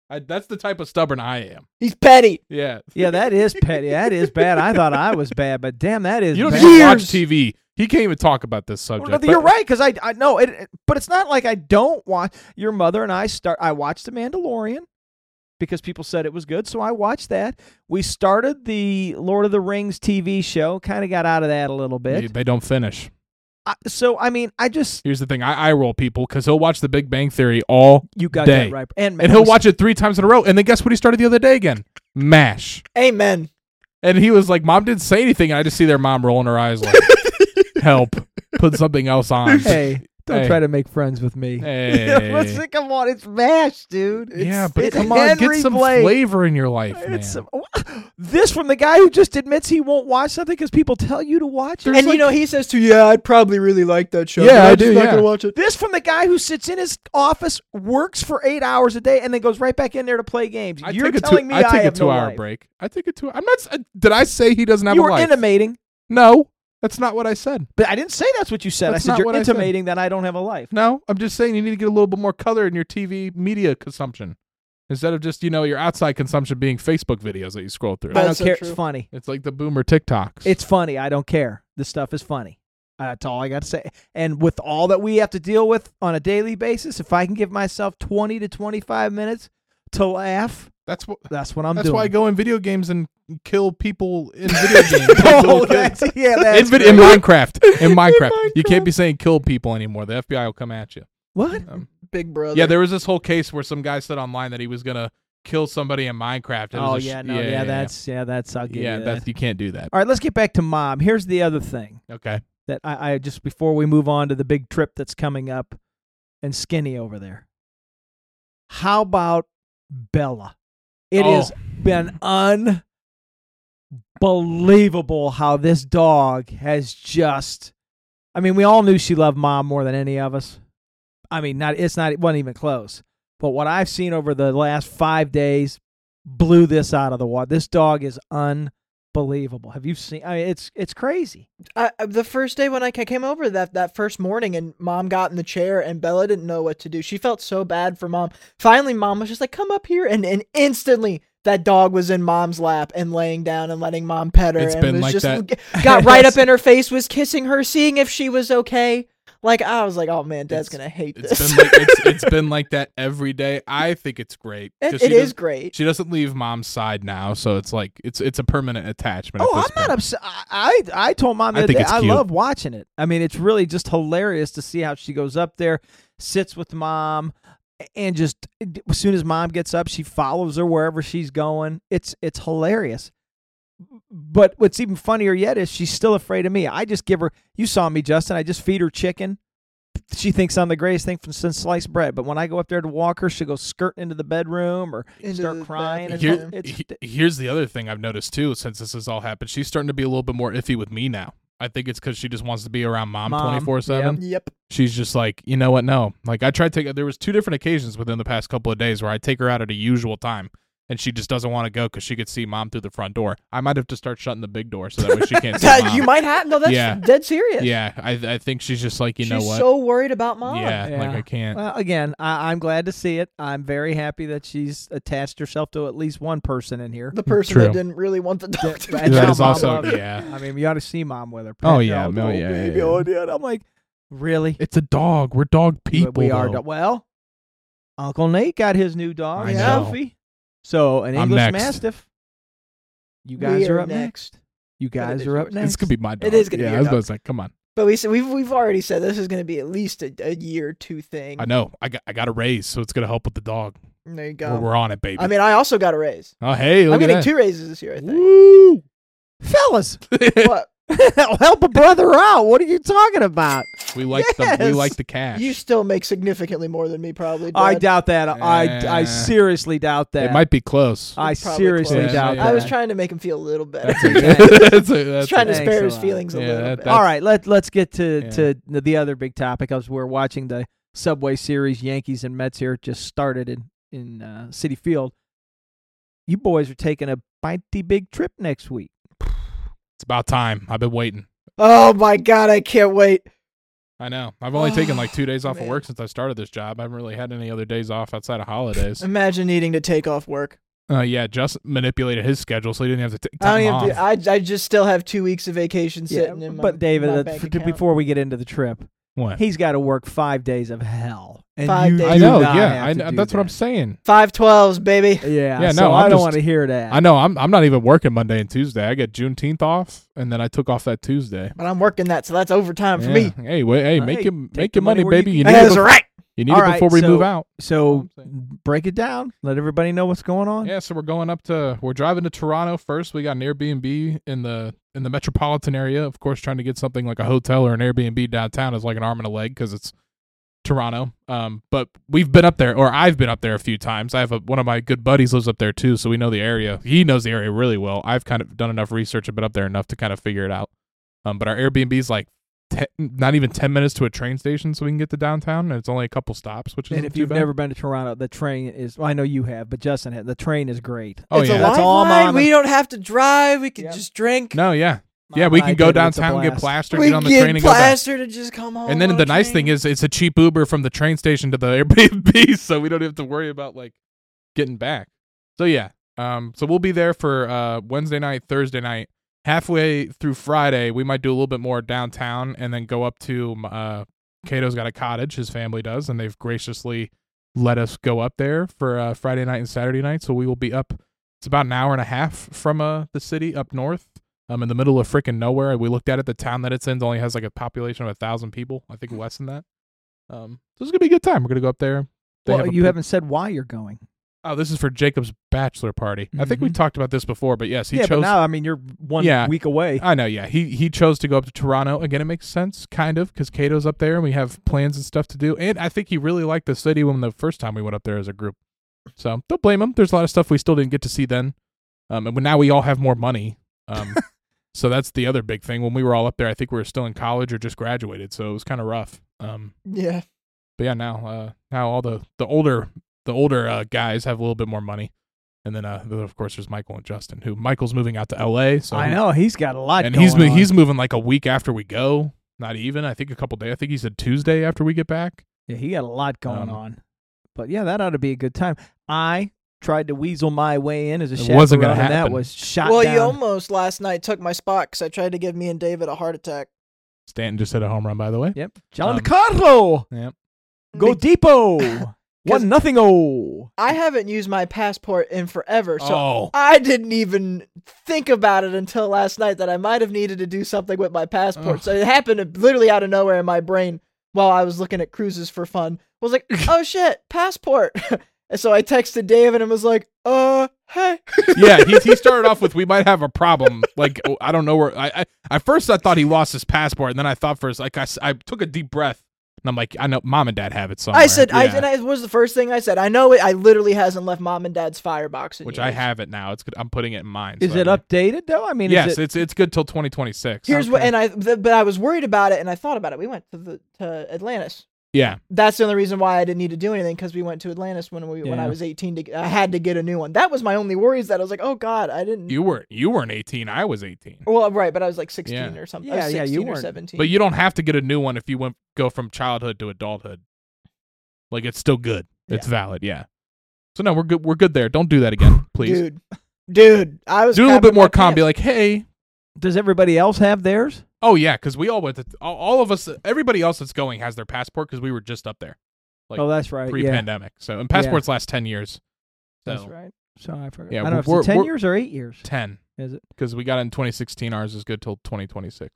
[SPEAKER 2] I, that's the type of stubborn I am.
[SPEAKER 3] He's petty.
[SPEAKER 2] Yeah,
[SPEAKER 1] Yeah, that is petty. That is bad. I thought I was bad, but damn, that is
[SPEAKER 2] you don't
[SPEAKER 1] bad.
[SPEAKER 2] even watch
[SPEAKER 3] Years.
[SPEAKER 2] TV. He can't even talk about this
[SPEAKER 1] Well,
[SPEAKER 2] subject.
[SPEAKER 1] no,
[SPEAKER 2] but-
[SPEAKER 1] you're right because I I know it, it- but it's not like I don't watch. Your mother and I start. I watched The Mandalorian because people said it was good, so I watched that. We started the Lord of the Rings TV show. Kind of got out of that a little
[SPEAKER 2] They,
[SPEAKER 1] bit.
[SPEAKER 2] they don't finish.
[SPEAKER 1] I, so I mean, I just
[SPEAKER 2] Here's the thing: I eye roll people because he'll watch The Big Bang Theory all,
[SPEAKER 1] you got
[SPEAKER 2] Day.
[SPEAKER 1] that right, and
[SPEAKER 2] and he'll watch it three times in a row. And then guess what? He started the other day again, Mash.
[SPEAKER 3] Amen.
[SPEAKER 2] And he was like, "Mom didn't say anything." And I just see their mom rolling her eyes like, "Help! Put something else on."
[SPEAKER 1] Hey, don't
[SPEAKER 2] Hey.
[SPEAKER 1] try to make friends with me.
[SPEAKER 2] Hey.
[SPEAKER 1] Listen, come on, it's mash, dude.
[SPEAKER 2] yeah,
[SPEAKER 1] It's-
[SPEAKER 2] but
[SPEAKER 1] it's
[SPEAKER 2] come on,
[SPEAKER 1] Henry
[SPEAKER 2] get some
[SPEAKER 1] Blake.
[SPEAKER 2] flavor in your life, man.
[SPEAKER 1] It's some- this from the guy who just admits he won't watch something because people tell you to watch it.
[SPEAKER 3] and you know he says too. Yeah, I'd probably really like that show.
[SPEAKER 2] Yeah,
[SPEAKER 3] but
[SPEAKER 2] I
[SPEAKER 3] I'm just
[SPEAKER 2] do,
[SPEAKER 3] Not
[SPEAKER 2] yeah.
[SPEAKER 3] gonna watch it.
[SPEAKER 1] This from the guy who sits in his office, works for eight hours a day, and then goes right back in there to play games.
[SPEAKER 2] I
[SPEAKER 1] You're
[SPEAKER 2] take a
[SPEAKER 1] telling me
[SPEAKER 2] two, I take a
[SPEAKER 1] have no
[SPEAKER 2] two-hour
[SPEAKER 1] life.
[SPEAKER 2] break. I take a two. I'm not. s- uh, Did I say he doesn't have
[SPEAKER 1] You
[SPEAKER 2] a
[SPEAKER 1] were
[SPEAKER 2] life?
[SPEAKER 1] intimating,
[SPEAKER 2] no, that's not what I said.
[SPEAKER 1] but I didn't say that's what you said.
[SPEAKER 2] That's
[SPEAKER 1] I
[SPEAKER 2] not
[SPEAKER 1] said you're
[SPEAKER 2] what I said.
[SPEAKER 1] intimating that I don't have a life.
[SPEAKER 2] No, I'm just saying you need to get a little bit more color in your TV media consumption instead of just you know your outside consumption being Facebook videos that you scroll through.
[SPEAKER 1] I don't
[SPEAKER 3] That's so
[SPEAKER 1] care.
[SPEAKER 3] true.
[SPEAKER 1] It's funny.
[SPEAKER 2] It's like the boomer TikToks.
[SPEAKER 1] It's funny. I don't care. This stuff is funny. That's all I got to say. And with all that we have to deal with on a daily basis, if I can give myself 20 to 25 minutes to laugh,
[SPEAKER 2] that's what.
[SPEAKER 1] that's what I'm
[SPEAKER 2] that's
[SPEAKER 1] doing.
[SPEAKER 2] why I go in video games and kill people in video games.
[SPEAKER 1] oh, that's, yeah,
[SPEAKER 2] in,
[SPEAKER 1] that's
[SPEAKER 2] vid- in
[SPEAKER 1] great.
[SPEAKER 2] Minecraft. In Minecraft. You
[SPEAKER 3] Minecraft.
[SPEAKER 2] can't be saying kill people anymore. The FBI will come at you.
[SPEAKER 1] What?
[SPEAKER 2] Um,
[SPEAKER 3] Big
[SPEAKER 1] Oh,
[SPEAKER 3] brother.
[SPEAKER 2] yeah, there was this whole case where some guy said online that he was gonna kill somebody in Minecraft. It was
[SPEAKER 1] Oh
[SPEAKER 2] a sh-
[SPEAKER 1] yeah, no, yeah, that's yeah, that's I'll
[SPEAKER 2] yeah,
[SPEAKER 1] give
[SPEAKER 2] yeah
[SPEAKER 1] you that.
[SPEAKER 2] that's you can't do that.
[SPEAKER 1] All right, let's get back to mom. Here's the other thing
[SPEAKER 2] Okay.
[SPEAKER 1] that I, I just before we move on to the big trip that's coming up and skinny over there. How about Bella? It
[SPEAKER 2] Oh.
[SPEAKER 1] has been unbelievable how this dog has just I mean, we all knew she loved mom more than any of us. I mean, not it's not it wasn't even close. But what I've seen over the last five days blew this out of the water. This dog is unbelievable. Have you seen? I mean, it's it's crazy.
[SPEAKER 3] I, I- the first day when I ca- came over that that first morning, and mom got in the chair, and Bella didn't know what to do. She felt so bad for mom. Finally, mom was just like, "Come up here," and and instantly. That dog was in mom's lap and laying down and letting mom pet her,
[SPEAKER 2] It's
[SPEAKER 3] and
[SPEAKER 2] been
[SPEAKER 3] was
[SPEAKER 2] like
[SPEAKER 3] just
[SPEAKER 2] that.
[SPEAKER 3] got right up in her face, was kissing her, seeing if she was okay. Like I was like, "Oh man,
[SPEAKER 2] It's-
[SPEAKER 3] Dad's gonna hate
[SPEAKER 2] It's
[SPEAKER 3] this."
[SPEAKER 2] been like it's, it's been like that every day. I think it's great.
[SPEAKER 3] It-
[SPEAKER 2] 'cause
[SPEAKER 3] it
[SPEAKER 2] she
[SPEAKER 3] is
[SPEAKER 2] does-
[SPEAKER 3] great.
[SPEAKER 2] She doesn't leave mom's side now, so it's like it's it's a permanent attachment.
[SPEAKER 1] Oh,
[SPEAKER 2] at
[SPEAKER 1] I'm
[SPEAKER 2] this
[SPEAKER 1] not
[SPEAKER 2] point.
[SPEAKER 1] upset. I I I told mom the
[SPEAKER 2] I
[SPEAKER 1] other
[SPEAKER 2] think
[SPEAKER 1] day
[SPEAKER 2] it's
[SPEAKER 1] I
[SPEAKER 2] cute.
[SPEAKER 1] love watching it. I mean, it's really just hilarious to see how she goes up there, sits with mom, and just as soon as mom gets up, she follows her wherever she's going. It's it's hilarious. But what's even funnier yet is she's still afraid of me. I just give her. You saw me, Justin. I just feed her chicken. She thinks I'm the greatest thing from since sliced bread. But when I go up there to walk her, she'll go skirting into the bedroom or
[SPEAKER 3] Into
[SPEAKER 1] start
[SPEAKER 3] the
[SPEAKER 1] crying. and
[SPEAKER 3] bathroom.
[SPEAKER 2] Here-
[SPEAKER 1] it's-
[SPEAKER 2] he- here's the other thing I've noticed too since this has all happened. She's starting to be a little bit more iffy with me now. I think it's because she just wants to be around mom
[SPEAKER 1] Mom,
[SPEAKER 2] twenty four seven.
[SPEAKER 3] Yep.
[SPEAKER 2] she's just like, you know what? No. Like I tried to. There was two different occasions within the past couple of days where I take her out at a usual time, and she just doesn't want to go because she could see mom through the front door. I might have to start shutting the big door so that way she can't see
[SPEAKER 3] That-
[SPEAKER 2] mom.
[SPEAKER 3] you might have no. That's
[SPEAKER 2] Yeah.
[SPEAKER 3] dead serious.
[SPEAKER 2] yeah, I I think she's just like you
[SPEAKER 3] She's
[SPEAKER 2] know what.
[SPEAKER 3] so worried about mom.
[SPEAKER 2] yeah, like
[SPEAKER 1] Yeah.
[SPEAKER 2] I can't.
[SPEAKER 1] Well, again, I, I'm glad to see it. I'm very happy that she's attached herself to at least one person in here.
[SPEAKER 3] The person
[SPEAKER 2] True.
[SPEAKER 3] that didn't really want the dog to
[SPEAKER 1] That- that's
[SPEAKER 3] be
[SPEAKER 2] that
[SPEAKER 3] out.
[SPEAKER 2] is
[SPEAKER 1] how mom
[SPEAKER 2] also
[SPEAKER 1] loves it.
[SPEAKER 2] yeah.
[SPEAKER 1] I mean, you ought to see mom with her.
[SPEAKER 2] Oh,
[SPEAKER 1] pet
[SPEAKER 2] yeah,
[SPEAKER 1] dog,
[SPEAKER 2] no,
[SPEAKER 1] oh,
[SPEAKER 2] yeah, yeah,
[SPEAKER 1] baby,
[SPEAKER 2] yeah.
[SPEAKER 1] oh, dad. I'm like, really?
[SPEAKER 2] It's a dog. We're dog people.
[SPEAKER 1] we are
[SPEAKER 2] though.
[SPEAKER 1] do- well. Uncle Nate got his new dog,
[SPEAKER 2] I
[SPEAKER 3] know.
[SPEAKER 1] Sophie. So an
[SPEAKER 2] I'm
[SPEAKER 1] English
[SPEAKER 2] next.
[SPEAKER 1] Mastiff. You
[SPEAKER 3] We
[SPEAKER 1] guys are,
[SPEAKER 3] are
[SPEAKER 1] up next. You guys
[SPEAKER 3] is
[SPEAKER 1] are up
[SPEAKER 3] yours.
[SPEAKER 1] next.
[SPEAKER 2] It's gonna be my dog.
[SPEAKER 3] is gonna
[SPEAKER 2] yeah,
[SPEAKER 3] be
[SPEAKER 2] I
[SPEAKER 3] your
[SPEAKER 2] was
[SPEAKER 3] dog.
[SPEAKER 2] about to say, come on.
[SPEAKER 3] But we said we've we've already said this is going to be at least a, a year or two thing.
[SPEAKER 2] I know. I got I got a raise, so it's gonna help with the dog.
[SPEAKER 3] There
[SPEAKER 2] We're,
[SPEAKER 3] you go.
[SPEAKER 2] we're on it, baby.
[SPEAKER 3] I mean, I also got a raise.
[SPEAKER 2] oh hey, look
[SPEAKER 3] I'm
[SPEAKER 2] at
[SPEAKER 3] getting
[SPEAKER 2] that.
[SPEAKER 3] two raises this year. I think.
[SPEAKER 2] Woo!
[SPEAKER 1] fellas.
[SPEAKER 3] What?
[SPEAKER 1] help a brother out. What are you talking about?
[SPEAKER 2] we like the we
[SPEAKER 1] Yes!
[SPEAKER 2] like the cash.
[SPEAKER 3] You still make significantly more than me, probably.
[SPEAKER 1] I
[SPEAKER 3] Dad.
[SPEAKER 1] doubt that. I I
[SPEAKER 2] Yeah.
[SPEAKER 1] seriously doubt that.
[SPEAKER 2] Eh. It might be close.
[SPEAKER 1] I
[SPEAKER 3] Probably
[SPEAKER 1] seriously
[SPEAKER 2] close.
[SPEAKER 1] doubt
[SPEAKER 2] Yeah,
[SPEAKER 1] that.
[SPEAKER 3] I was trying to make him feel a little better.
[SPEAKER 2] That's
[SPEAKER 1] a-
[SPEAKER 2] it.
[SPEAKER 1] Okay.
[SPEAKER 2] That's it. That's
[SPEAKER 3] trying to
[SPEAKER 2] it.
[SPEAKER 1] Thanks
[SPEAKER 3] spare
[SPEAKER 1] a
[SPEAKER 3] his
[SPEAKER 1] lot.
[SPEAKER 3] feelings a
[SPEAKER 2] Yeah,
[SPEAKER 3] little
[SPEAKER 2] that-
[SPEAKER 3] bit.
[SPEAKER 2] that's-
[SPEAKER 1] All right, let let's get to
[SPEAKER 2] Yeah.
[SPEAKER 1] to the other big topic. As we're watching the Subway Series, Yankees and Mets here just started in in uh, City Field. You boys are taking a bitey big trip next week.
[SPEAKER 2] It's about time. I've been waiting.
[SPEAKER 3] Oh my god, I can't wait.
[SPEAKER 2] I know. I've only taken like two days off
[SPEAKER 3] Oh,
[SPEAKER 2] of
[SPEAKER 3] Man.
[SPEAKER 2] work since I started this job. I haven't really had any other days off outside of holidays.
[SPEAKER 3] Imagine needing to take off work.
[SPEAKER 2] Uh, yeah, just manipulated his schedule so he didn't have to take
[SPEAKER 3] I
[SPEAKER 2] time
[SPEAKER 3] don't
[SPEAKER 2] off.
[SPEAKER 3] even. do- I I just still have two weeks of vacation sitting in my.
[SPEAKER 1] but David,
[SPEAKER 3] my
[SPEAKER 1] uh,
[SPEAKER 3] bank
[SPEAKER 1] f-
[SPEAKER 3] account.
[SPEAKER 1] before we get into the trip,
[SPEAKER 2] What?
[SPEAKER 1] he's got to work five days of hell. And
[SPEAKER 3] Five
[SPEAKER 1] you
[SPEAKER 3] days.
[SPEAKER 1] do
[SPEAKER 2] I know.
[SPEAKER 1] not
[SPEAKER 2] Yeah,
[SPEAKER 1] have
[SPEAKER 2] I
[SPEAKER 1] to
[SPEAKER 2] know.
[SPEAKER 1] do
[SPEAKER 2] That's what I'm
[SPEAKER 1] that.
[SPEAKER 2] saying.
[SPEAKER 3] five twelves, baby.
[SPEAKER 1] Yeah,
[SPEAKER 2] Yeah,
[SPEAKER 1] so
[SPEAKER 2] no,
[SPEAKER 1] I
[SPEAKER 2] I'm
[SPEAKER 1] don't
[SPEAKER 2] just-
[SPEAKER 1] want to hear that.
[SPEAKER 2] I know. I'm. I'm not even working Monday and Tuesday. I got Juneteenth off, and then I took off that Tuesday.
[SPEAKER 3] But I'm working that, so that's overtime for
[SPEAKER 2] Yeah.
[SPEAKER 3] me.
[SPEAKER 2] Hey, wait, hey,
[SPEAKER 1] Uh,
[SPEAKER 2] make
[SPEAKER 1] hey,
[SPEAKER 2] your
[SPEAKER 1] take
[SPEAKER 2] make
[SPEAKER 1] the
[SPEAKER 2] your money,
[SPEAKER 1] money where you
[SPEAKER 2] baby. You
[SPEAKER 1] can get
[SPEAKER 2] need it.
[SPEAKER 3] That's
[SPEAKER 2] before-
[SPEAKER 3] right.
[SPEAKER 2] You need
[SPEAKER 1] All
[SPEAKER 2] it
[SPEAKER 1] right,
[SPEAKER 2] before we
[SPEAKER 1] so-
[SPEAKER 2] move out.
[SPEAKER 1] So
[SPEAKER 2] That's what I'm
[SPEAKER 1] break it down. Let everybody know what's going on.
[SPEAKER 2] Yeah, so we're going up to we're driving to Toronto first. We got an Airbnb in the in the metropolitan area. Of course, trying to get something like a hotel or an Airbnb downtown is like an arm and a leg because it's Toronto. Um, but we've been up there, or I've been up there a few times. I have a, one of my good buddies lives up there too, so we know the area. He knows the area really well. I've kind of done enough research and been up there enough to kind of figure it out. Um, but our Airbnb's like ten, not even ten minutes to a train station, so we can get to downtown, and it's only a couple stops, which is
[SPEAKER 1] And if you've never been to Toronto, the train is. Well, I know you have, but Justin, had, the train is great.
[SPEAKER 2] oh
[SPEAKER 3] it's
[SPEAKER 2] yeah,
[SPEAKER 3] a
[SPEAKER 1] That's
[SPEAKER 3] live
[SPEAKER 1] all my-
[SPEAKER 3] line. We don't have to drive. We can
[SPEAKER 1] Yeah.
[SPEAKER 3] just drink.
[SPEAKER 2] no, yeah. Yeah,
[SPEAKER 1] Mom
[SPEAKER 2] we
[SPEAKER 1] and I
[SPEAKER 2] can go
[SPEAKER 1] did it. It's a
[SPEAKER 2] downtown, get
[SPEAKER 1] blast.
[SPEAKER 2] plastered,
[SPEAKER 3] we
[SPEAKER 2] get on the
[SPEAKER 3] get
[SPEAKER 2] train, and go back.
[SPEAKER 3] plastered and just come home.
[SPEAKER 2] And then
[SPEAKER 3] on
[SPEAKER 2] the
[SPEAKER 3] a
[SPEAKER 2] nice
[SPEAKER 3] train.
[SPEAKER 2] thing is, it's a cheap Uber from the train station to the Airbnb, so we don't have to worry about like getting back. So yeah, um, so we'll be there for uh Wednesday night, Thursday night, halfway through Friday. We might do a little bit more downtown, and then go up to um, uh, Cato's got a cottage, his family does, and they've graciously let us go up there for uh, Friday night and Saturday night. So we will be up. It's about an hour and a half from uh the city up north. Um, in the middle of freaking nowhere. We looked at it. The town that it's in only has like a population of a thousand people. I think less than that. Um, so it's gonna be a good time. We're gonna go up there. They
[SPEAKER 1] Well,
[SPEAKER 2] have a
[SPEAKER 1] you
[SPEAKER 2] pool-
[SPEAKER 1] haven't said why you're going.
[SPEAKER 2] Oh, this is for Jacob's bachelor party. I think we
[SPEAKER 1] Mhm.
[SPEAKER 2] talked about this before, but yes, he
[SPEAKER 1] yeah,
[SPEAKER 2] chose.
[SPEAKER 1] but now I mean you're one
[SPEAKER 2] Yeah.
[SPEAKER 1] week away.
[SPEAKER 2] I know. Yeah, he he chose to go up to Toronto again. It makes sense, kind of, because Cato's up there, and we have plans and stuff to do. And I think he really liked the city when the first time we went up there as a group. So don't blame him. There's a lot of stuff we still didn't get to see then, um, and now we all have more money. Um, so that's the other big thing. When we were all up there, I think we were still in college or just graduated, so it was kind of rough. Um,
[SPEAKER 3] yeah.
[SPEAKER 2] but yeah, now uh, now all the the older the older uh, guys have a little bit more money. And then, uh, then of course, there's Michael and Justin, who Michael's moving out to L.A. So
[SPEAKER 1] I
[SPEAKER 2] he-
[SPEAKER 1] know he's got a lot.
[SPEAKER 2] and he's
[SPEAKER 1] going
[SPEAKER 2] mo-
[SPEAKER 1] on.
[SPEAKER 2] he's moving like a week after we go. Not even. I think a couple days. I think he said Tuesday after we get back.
[SPEAKER 1] yeah, he got a lot going
[SPEAKER 2] Um,
[SPEAKER 1] on. But yeah, that ought to be a good time. I tried to weasel my way in as a
[SPEAKER 2] It
[SPEAKER 1] chaperone,
[SPEAKER 2] wasn't gonna
[SPEAKER 1] and that
[SPEAKER 2] happen.
[SPEAKER 1] was shot
[SPEAKER 3] Well,
[SPEAKER 1] down.
[SPEAKER 3] you almost last night took my spot because I tried to give me and David a heart attack.
[SPEAKER 2] Stanton just hit a home run, by the way.
[SPEAKER 1] yep, John
[SPEAKER 2] Um,
[SPEAKER 1] Carlo,
[SPEAKER 2] Yep.
[SPEAKER 1] go deepo,
[SPEAKER 3] 'Cause-
[SPEAKER 1] one nothing oh.
[SPEAKER 3] I haven't used my passport in forever, so
[SPEAKER 2] oh,
[SPEAKER 3] I didn't even think about it until last night that I might have needed to do something with my passport.
[SPEAKER 2] Ugh.
[SPEAKER 3] So it happened literally out of nowhere in my brain while I was looking at cruises for fun. I was like, "Oh shit, passport." and so I texted David and was like, "Uh, hey."
[SPEAKER 2] yeah. He, he started off with, "We might have a problem." Like oh, I don't know where. I, I at first I thought he lost his passport, and then I thought first, like I, s- I took a deep breath, and I'm like, I know mom and dad have it somewhere.
[SPEAKER 3] I said, I,
[SPEAKER 2] Yeah.
[SPEAKER 3] and I, it was the first thing I said. I know it. I literally hasn't left mom and dad's firebox. In
[SPEAKER 2] which
[SPEAKER 3] years.
[SPEAKER 2] I have it now. It's good. I'm putting it in mine.
[SPEAKER 1] Is
[SPEAKER 2] so
[SPEAKER 1] it
[SPEAKER 2] that way-
[SPEAKER 1] updated though? I mean,
[SPEAKER 2] yes,
[SPEAKER 1] is it,
[SPEAKER 2] it's it's good till 2026.
[SPEAKER 3] Here's what,
[SPEAKER 1] Okay.
[SPEAKER 3] and I, th- but I was worried about it, and I thought about it. We went to the to Atlantis
[SPEAKER 2] Yeah.
[SPEAKER 3] That's the only reason why I didn't need to do anything because we went to Atlantis when we when I
[SPEAKER 1] Yeah.
[SPEAKER 3] was 18. To, I had to get a new one. That was my only worry. Is that I was like, oh god, I didn't.
[SPEAKER 2] You were you weren't 18. I was 18.
[SPEAKER 3] well, right, but I was like 16
[SPEAKER 2] Yeah.
[SPEAKER 3] or something. I was
[SPEAKER 1] Yeah, yeah, you
[SPEAKER 3] 16 or
[SPEAKER 1] weren't-
[SPEAKER 3] 17.
[SPEAKER 2] But you don't have to get a new one if you went go from childhood to adulthood. Like it's still good. It's valid. Yeah. So no, we're good. We're good there. Don't do that again, please.
[SPEAKER 3] dude, dude, I was
[SPEAKER 2] do a little
[SPEAKER 3] crapping
[SPEAKER 2] bit
[SPEAKER 3] my
[SPEAKER 2] more calm. Be
[SPEAKER 3] pants.
[SPEAKER 2] like, hey,
[SPEAKER 1] Does everybody else have theirs?
[SPEAKER 2] oh yeah, because we all went. To, all, all of us, everybody else that's going has their passport because we were just up there Like,
[SPEAKER 1] oh, that's right. Yeah,
[SPEAKER 2] pre-pandemic. So and passports last ten years. So
[SPEAKER 1] that's right. So I forgot.
[SPEAKER 2] Yeah,
[SPEAKER 1] I don't know if
[SPEAKER 2] we're-
[SPEAKER 1] it's ten
[SPEAKER 2] we're-
[SPEAKER 1] years or eight years.
[SPEAKER 2] ten
[SPEAKER 1] Is it?
[SPEAKER 2] because we got it in 2016. Ours is good till 2026.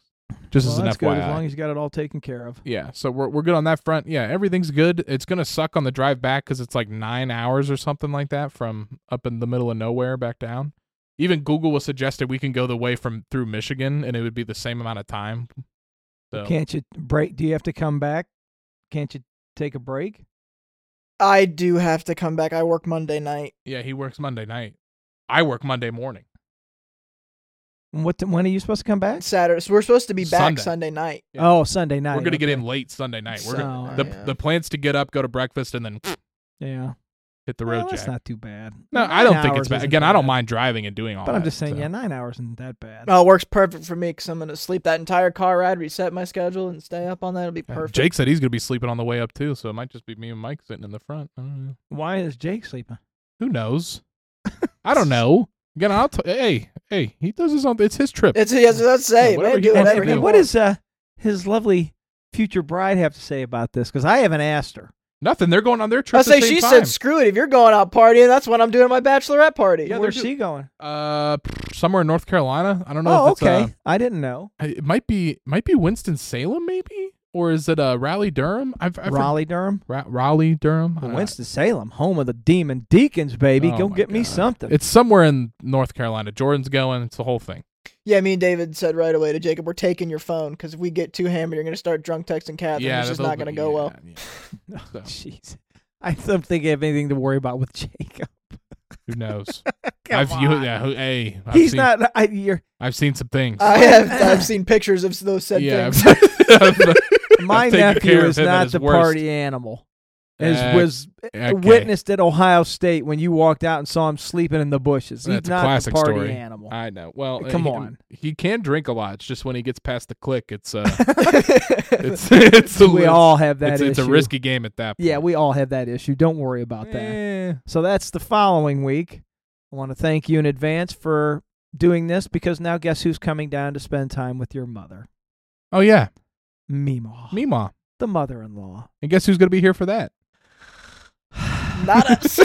[SPEAKER 2] Just
[SPEAKER 1] well,
[SPEAKER 2] as an
[SPEAKER 1] that's
[SPEAKER 2] FYI.
[SPEAKER 1] good as long as you got it all taken care of.
[SPEAKER 2] Yeah, so we're we're good on that front. Yeah, everything's good. It's gonna suck on the drive back because it's like nine hours or something like that from up in the middle of nowhere back down. Even Google was suggested we can go the way from through Michigan and it would be the same amount of time. So
[SPEAKER 1] Can't you break? Do you have to come back? Can't you take a break?
[SPEAKER 3] I do have to come back. I work Monday night.
[SPEAKER 2] yeah, he works Monday night. I work Monday morning.
[SPEAKER 1] And What? when are you supposed to come back?
[SPEAKER 3] Saturday. So we're supposed to be back
[SPEAKER 2] Sunday.
[SPEAKER 3] Sunday, night.
[SPEAKER 2] Yeah.
[SPEAKER 1] Oh, Sunday night.
[SPEAKER 2] We're gonna get
[SPEAKER 1] okay.
[SPEAKER 2] in late Sunday night. We're gonna,
[SPEAKER 1] So,
[SPEAKER 2] the
[SPEAKER 3] yeah.
[SPEAKER 2] the plan's to get up, go to breakfast, and then
[SPEAKER 1] Yeah.
[SPEAKER 2] hit the
[SPEAKER 1] Well,
[SPEAKER 2] road.
[SPEAKER 1] that's
[SPEAKER 2] Jack.
[SPEAKER 1] not too bad.
[SPEAKER 2] no, I
[SPEAKER 1] Nine
[SPEAKER 2] don't think it's
[SPEAKER 1] hours
[SPEAKER 2] bad.
[SPEAKER 1] isn't
[SPEAKER 2] Again, I don't
[SPEAKER 1] bad.
[SPEAKER 2] mind driving and doing all.
[SPEAKER 1] But I'm
[SPEAKER 2] that,
[SPEAKER 1] just saying,
[SPEAKER 2] so.
[SPEAKER 1] yeah, nine hours isn't that bad.
[SPEAKER 2] Uh,
[SPEAKER 3] Oh, it works perfect for me because I'm gonna sleep that entire car ride, reset my schedule, and stay up all night. It'll be
[SPEAKER 2] Yeah,
[SPEAKER 3] perfect.
[SPEAKER 2] Jake said he's gonna be sleeping on the way up too, so it might just be me and Mike sitting in the front. I don't know.
[SPEAKER 1] Why is Jake sleeping?
[SPEAKER 2] Who knows? I don't know. Again, I'll t- hey, hey, he does his own. It's his trip.
[SPEAKER 3] It's yes, that's say,
[SPEAKER 2] Yeah, whatever
[SPEAKER 3] man.
[SPEAKER 2] he
[SPEAKER 3] Do
[SPEAKER 2] wants
[SPEAKER 3] whatever.
[SPEAKER 2] to
[SPEAKER 1] and,
[SPEAKER 3] he
[SPEAKER 1] and
[SPEAKER 2] do.
[SPEAKER 1] what
[SPEAKER 3] wants.
[SPEAKER 1] does uh, his lovely future bride have to say about this? Because I haven't asked her.
[SPEAKER 2] Nothing. They're going on their trip.
[SPEAKER 3] I
[SPEAKER 2] at
[SPEAKER 3] say
[SPEAKER 2] the same
[SPEAKER 3] she
[SPEAKER 2] time.
[SPEAKER 3] said, "Screw it! If you're going out partying, that's what I'm doing at my bachelorette party."
[SPEAKER 2] Yeah,
[SPEAKER 1] Where's
[SPEAKER 2] they're
[SPEAKER 1] she going?
[SPEAKER 2] uh, pff, somewhere in North Carolina. I don't know.
[SPEAKER 1] Oh,
[SPEAKER 2] if it's,
[SPEAKER 1] okay.
[SPEAKER 2] uh,
[SPEAKER 1] I didn't know.
[SPEAKER 2] I- it might be might be Winston Salem, maybe, or is it uh Raleigh Durham? I've, I've
[SPEAKER 1] Raleigh, Durham,
[SPEAKER 2] Ra- Raleigh Durham. I don't know.
[SPEAKER 1] Winston Salem, home of the Demon Deacons, baby.
[SPEAKER 2] Oh
[SPEAKER 1] Go
[SPEAKER 2] my
[SPEAKER 1] get me
[SPEAKER 2] God.
[SPEAKER 1] something.
[SPEAKER 2] It's somewhere in North Carolina. Jordan's going. It's the whole thing.
[SPEAKER 3] Yeah, me and David said right away to Jacob, "We're taking your phone because if we get too hammered, you're gonna start drunk texting Catherine.
[SPEAKER 2] yeah,
[SPEAKER 3] it's just
[SPEAKER 2] they'll-
[SPEAKER 3] not gonna go
[SPEAKER 2] yeah,
[SPEAKER 3] well."
[SPEAKER 2] yeah.
[SPEAKER 1] No,
[SPEAKER 2] So.
[SPEAKER 1] Jeez, I don't think I have anything to worry about with Jacob.
[SPEAKER 2] Who knows?
[SPEAKER 1] Come
[SPEAKER 2] I've you.
[SPEAKER 1] on.
[SPEAKER 2] Yeah, who- hey, I've
[SPEAKER 1] He's
[SPEAKER 2] seen,
[SPEAKER 1] not. I, you're,
[SPEAKER 2] I've seen some things.
[SPEAKER 3] I have I've seen pictures of those said
[SPEAKER 2] yeah.
[SPEAKER 3] things.
[SPEAKER 2] I've-
[SPEAKER 1] my
[SPEAKER 2] taking care
[SPEAKER 1] nephew
[SPEAKER 2] of
[SPEAKER 1] is
[SPEAKER 2] him at
[SPEAKER 1] not
[SPEAKER 2] his
[SPEAKER 1] the
[SPEAKER 2] worst.
[SPEAKER 1] party animal. Is
[SPEAKER 2] Uh,
[SPEAKER 1] was
[SPEAKER 2] okay.
[SPEAKER 1] witnessed at Ohio State when you walked out and saw him sleeping in the bushes.
[SPEAKER 2] That's
[SPEAKER 1] He's
[SPEAKER 2] a
[SPEAKER 1] not
[SPEAKER 2] classic
[SPEAKER 1] the party
[SPEAKER 2] story.
[SPEAKER 1] animal.
[SPEAKER 2] I know. Well, uh,
[SPEAKER 1] Come
[SPEAKER 2] he,
[SPEAKER 1] on.
[SPEAKER 2] He can drink a lot. It's just when he gets past the click, it's uh, it's it's a,
[SPEAKER 1] we
[SPEAKER 2] it's-
[SPEAKER 1] all have that
[SPEAKER 2] It's,
[SPEAKER 1] issue.
[SPEAKER 2] it's a risky game at that. Point.
[SPEAKER 1] Yeah, we all have that issue. Don't worry about that.
[SPEAKER 2] Eh,
[SPEAKER 1] So that's the following week. I want to thank you in advance for doing this because now guess who's coming down to spend time with your mother?
[SPEAKER 2] Oh yeah,
[SPEAKER 1] Mima,
[SPEAKER 2] Mima.
[SPEAKER 1] the mother-in-law.
[SPEAKER 2] And guess who's gonna be here for that?
[SPEAKER 3] not us.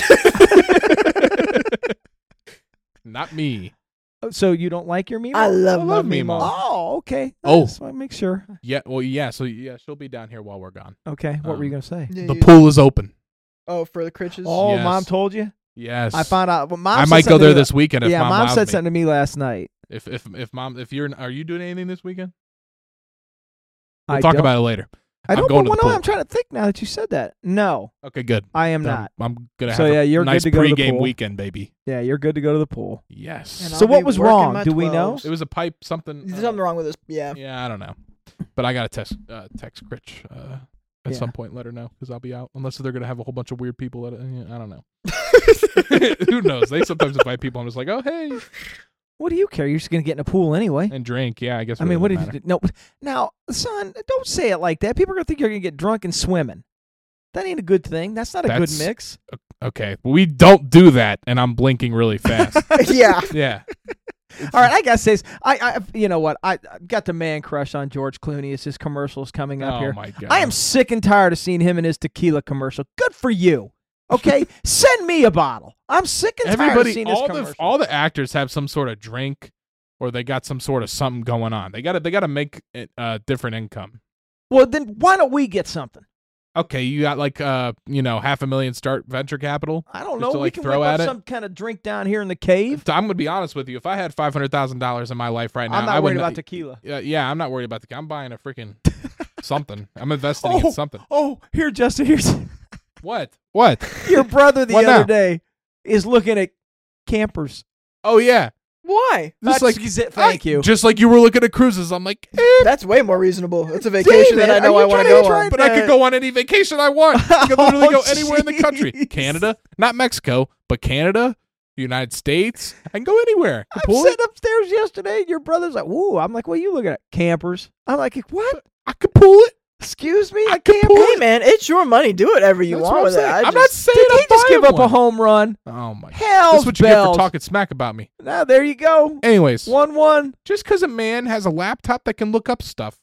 [SPEAKER 2] Not me.
[SPEAKER 1] Oh, So you don't like your Mima?
[SPEAKER 3] I love,
[SPEAKER 2] I
[SPEAKER 3] my
[SPEAKER 2] love me,
[SPEAKER 3] Mima.
[SPEAKER 2] Mom.
[SPEAKER 1] Oh, okay. I
[SPEAKER 2] Oh.
[SPEAKER 1] just want to make sure.
[SPEAKER 2] Yeah. Well, yeah. So yeah, she'll be down here while we're gone.
[SPEAKER 1] Okay, what were you going
[SPEAKER 2] Um,
[SPEAKER 1] to say?
[SPEAKER 3] Yeah,
[SPEAKER 2] The
[SPEAKER 3] you-
[SPEAKER 2] pool is open.
[SPEAKER 3] Oh, for the critches.
[SPEAKER 1] Oh,
[SPEAKER 2] Yes.
[SPEAKER 1] mom told you?
[SPEAKER 2] Yes.
[SPEAKER 1] I found out. Well, mom
[SPEAKER 2] I
[SPEAKER 1] said
[SPEAKER 2] might go
[SPEAKER 1] something to
[SPEAKER 2] there
[SPEAKER 1] me-
[SPEAKER 2] this weekend if
[SPEAKER 1] yeah,
[SPEAKER 2] mom,
[SPEAKER 1] mom
[SPEAKER 2] allows
[SPEAKER 1] said
[SPEAKER 2] me.
[SPEAKER 1] something to me last night.
[SPEAKER 2] If if if mom if you're are you doing anything this weekend? We'll
[SPEAKER 1] I
[SPEAKER 2] talk
[SPEAKER 1] don't-
[SPEAKER 2] about it later.
[SPEAKER 1] I
[SPEAKER 2] I'm
[SPEAKER 1] don't.
[SPEAKER 2] going to
[SPEAKER 1] well,
[SPEAKER 2] the
[SPEAKER 1] no,
[SPEAKER 2] pool.
[SPEAKER 1] I'm trying to think now that you said that. No,
[SPEAKER 2] Okay, good.
[SPEAKER 1] I am
[SPEAKER 2] Done.
[SPEAKER 1] not.
[SPEAKER 2] I'm gonna have
[SPEAKER 1] So,
[SPEAKER 2] a
[SPEAKER 1] yeah, you're good
[SPEAKER 2] nice
[SPEAKER 1] to go to the
[SPEAKER 2] pregame
[SPEAKER 1] pool.
[SPEAKER 2] weekend, baby.
[SPEAKER 1] Yeah, you're good to go to the pool.
[SPEAKER 2] Yes.
[SPEAKER 3] And
[SPEAKER 1] So
[SPEAKER 3] I'll
[SPEAKER 1] what
[SPEAKER 3] be
[SPEAKER 1] was
[SPEAKER 3] working
[SPEAKER 1] wrong?
[SPEAKER 3] my
[SPEAKER 1] Do we know?
[SPEAKER 3] 12s.
[SPEAKER 2] It was a pipe something.
[SPEAKER 3] There's
[SPEAKER 2] uh,
[SPEAKER 3] something wrong with this. Yeah.
[SPEAKER 2] Yeah, I don't know, but I gotta test uh, text Critch uh, at
[SPEAKER 1] Yeah.
[SPEAKER 2] some point. Let her know because I'll be out unless they're gonna have a whole bunch of weird people. At, uh, yeah, I don't know. Who knows? They sometimes invite people. I'm just like, oh hey,
[SPEAKER 1] What do you care? You're just gonna get in a pool anyway.
[SPEAKER 2] and drink. Yeah, I guess.
[SPEAKER 1] I mean, what
[SPEAKER 2] really
[SPEAKER 1] did you do? No, now, son, don't say it like that. People are gonna think you're gonna get drunk and swimming. That ain't a good thing. That's not a
[SPEAKER 2] That's-
[SPEAKER 1] good mix.
[SPEAKER 2] matter. Okay, we don't do that, and I'm blinking really fast.
[SPEAKER 3] yeah.
[SPEAKER 2] yeah.
[SPEAKER 1] All right, I gotta say, this. I, I, you know what? I, I got the man crush on George Clooney. It's his commercials coming up
[SPEAKER 2] oh
[SPEAKER 1] here.
[SPEAKER 2] my god.
[SPEAKER 1] I am sick and tired of seeing him in his tequila commercial. Good for you. Okay, send me a bottle. I'm sick and tired of
[SPEAKER 2] Everybody,
[SPEAKER 1] seeing
[SPEAKER 2] all
[SPEAKER 1] his
[SPEAKER 2] the
[SPEAKER 1] commercial.
[SPEAKER 2] all the actors have some sort of drink, or they got some sort of something going on. They got to they got to make it, uh, different income.
[SPEAKER 1] well, then why don't we get something?
[SPEAKER 2] Okay, you got like uh, you know, half a million start venture capital.
[SPEAKER 1] I don't
[SPEAKER 2] Just
[SPEAKER 1] know.
[SPEAKER 2] to,
[SPEAKER 1] we
[SPEAKER 2] like,
[SPEAKER 1] can
[SPEAKER 2] throw
[SPEAKER 1] whip
[SPEAKER 2] at
[SPEAKER 1] up
[SPEAKER 2] it?
[SPEAKER 1] some kind of drink down here in the cave.
[SPEAKER 2] If- I'm gonna be honest with you. If I had five hundred thousand dollars in my life right now,
[SPEAKER 1] I'm not
[SPEAKER 2] I
[SPEAKER 1] worried
[SPEAKER 2] wouldn't. e- uh,
[SPEAKER 1] about tequila.
[SPEAKER 2] yeah, yeah, I'm not worried about the. I'm buying a freaking something. I'm investing
[SPEAKER 1] Oh.
[SPEAKER 2] in something.
[SPEAKER 1] Oh, here, Justin, here's
[SPEAKER 2] What? What?
[SPEAKER 1] your brother the
[SPEAKER 2] What
[SPEAKER 1] other
[SPEAKER 2] now?
[SPEAKER 1] day is looking at campers.
[SPEAKER 2] Oh yeah.
[SPEAKER 3] Why?
[SPEAKER 2] Just like
[SPEAKER 1] Excuse it, thank
[SPEAKER 2] I-
[SPEAKER 1] you.
[SPEAKER 2] Just like you were looking at cruises. I'm like, eh,
[SPEAKER 3] That's way more reasonable. That's a
[SPEAKER 1] David,
[SPEAKER 3] vacation that I know
[SPEAKER 1] are you
[SPEAKER 3] I want to
[SPEAKER 1] trying
[SPEAKER 3] go
[SPEAKER 1] to
[SPEAKER 3] on.
[SPEAKER 1] try-
[SPEAKER 2] but I could go on any vacation I want. I could literally go
[SPEAKER 1] Oh,
[SPEAKER 2] anywhere in the country.
[SPEAKER 1] jeez.
[SPEAKER 2] Canada, not Mexico, but Canada, United States. I can go anywhere.
[SPEAKER 1] I'm
[SPEAKER 2] Kapula,
[SPEAKER 1] sitting upstairs yesterday, and your brother's like, "Whoa!" I'm like, "What are you looking at? Campers?" I'm like, "What?
[SPEAKER 2] I could pull it.
[SPEAKER 1] Excuse me?
[SPEAKER 2] I could pull
[SPEAKER 3] Hey
[SPEAKER 2] it.
[SPEAKER 3] man, it's your money. Do whatever you
[SPEAKER 2] That's what
[SPEAKER 3] want
[SPEAKER 2] I'm
[SPEAKER 3] with it.
[SPEAKER 2] saying.
[SPEAKER 3] I
[SPEAKER 2] I'm
[SPEAKER 3] just,
[SPEAKER 2] not saying
[SPEAKER 1] Did
[SPEAKER 2] I'm
[SPEAKER 1] he just
[SPEAKER 2] buying
[SPEAKER 1] give up a
[SPEAKER 2] one.
[SPEAKER 1] hell run?
[SPEAKER 2] Oh my!
[SPEAKER 1] Hell,
[SPEAKER 2] That's what you get for talking smack about me.
[SPEAKER 1] Now there you go.
[SPEAKER 2] Anyways,
[SPEAKER 1] One one.
[SPEAKER 2] just because a man has a laptop that can look up stuff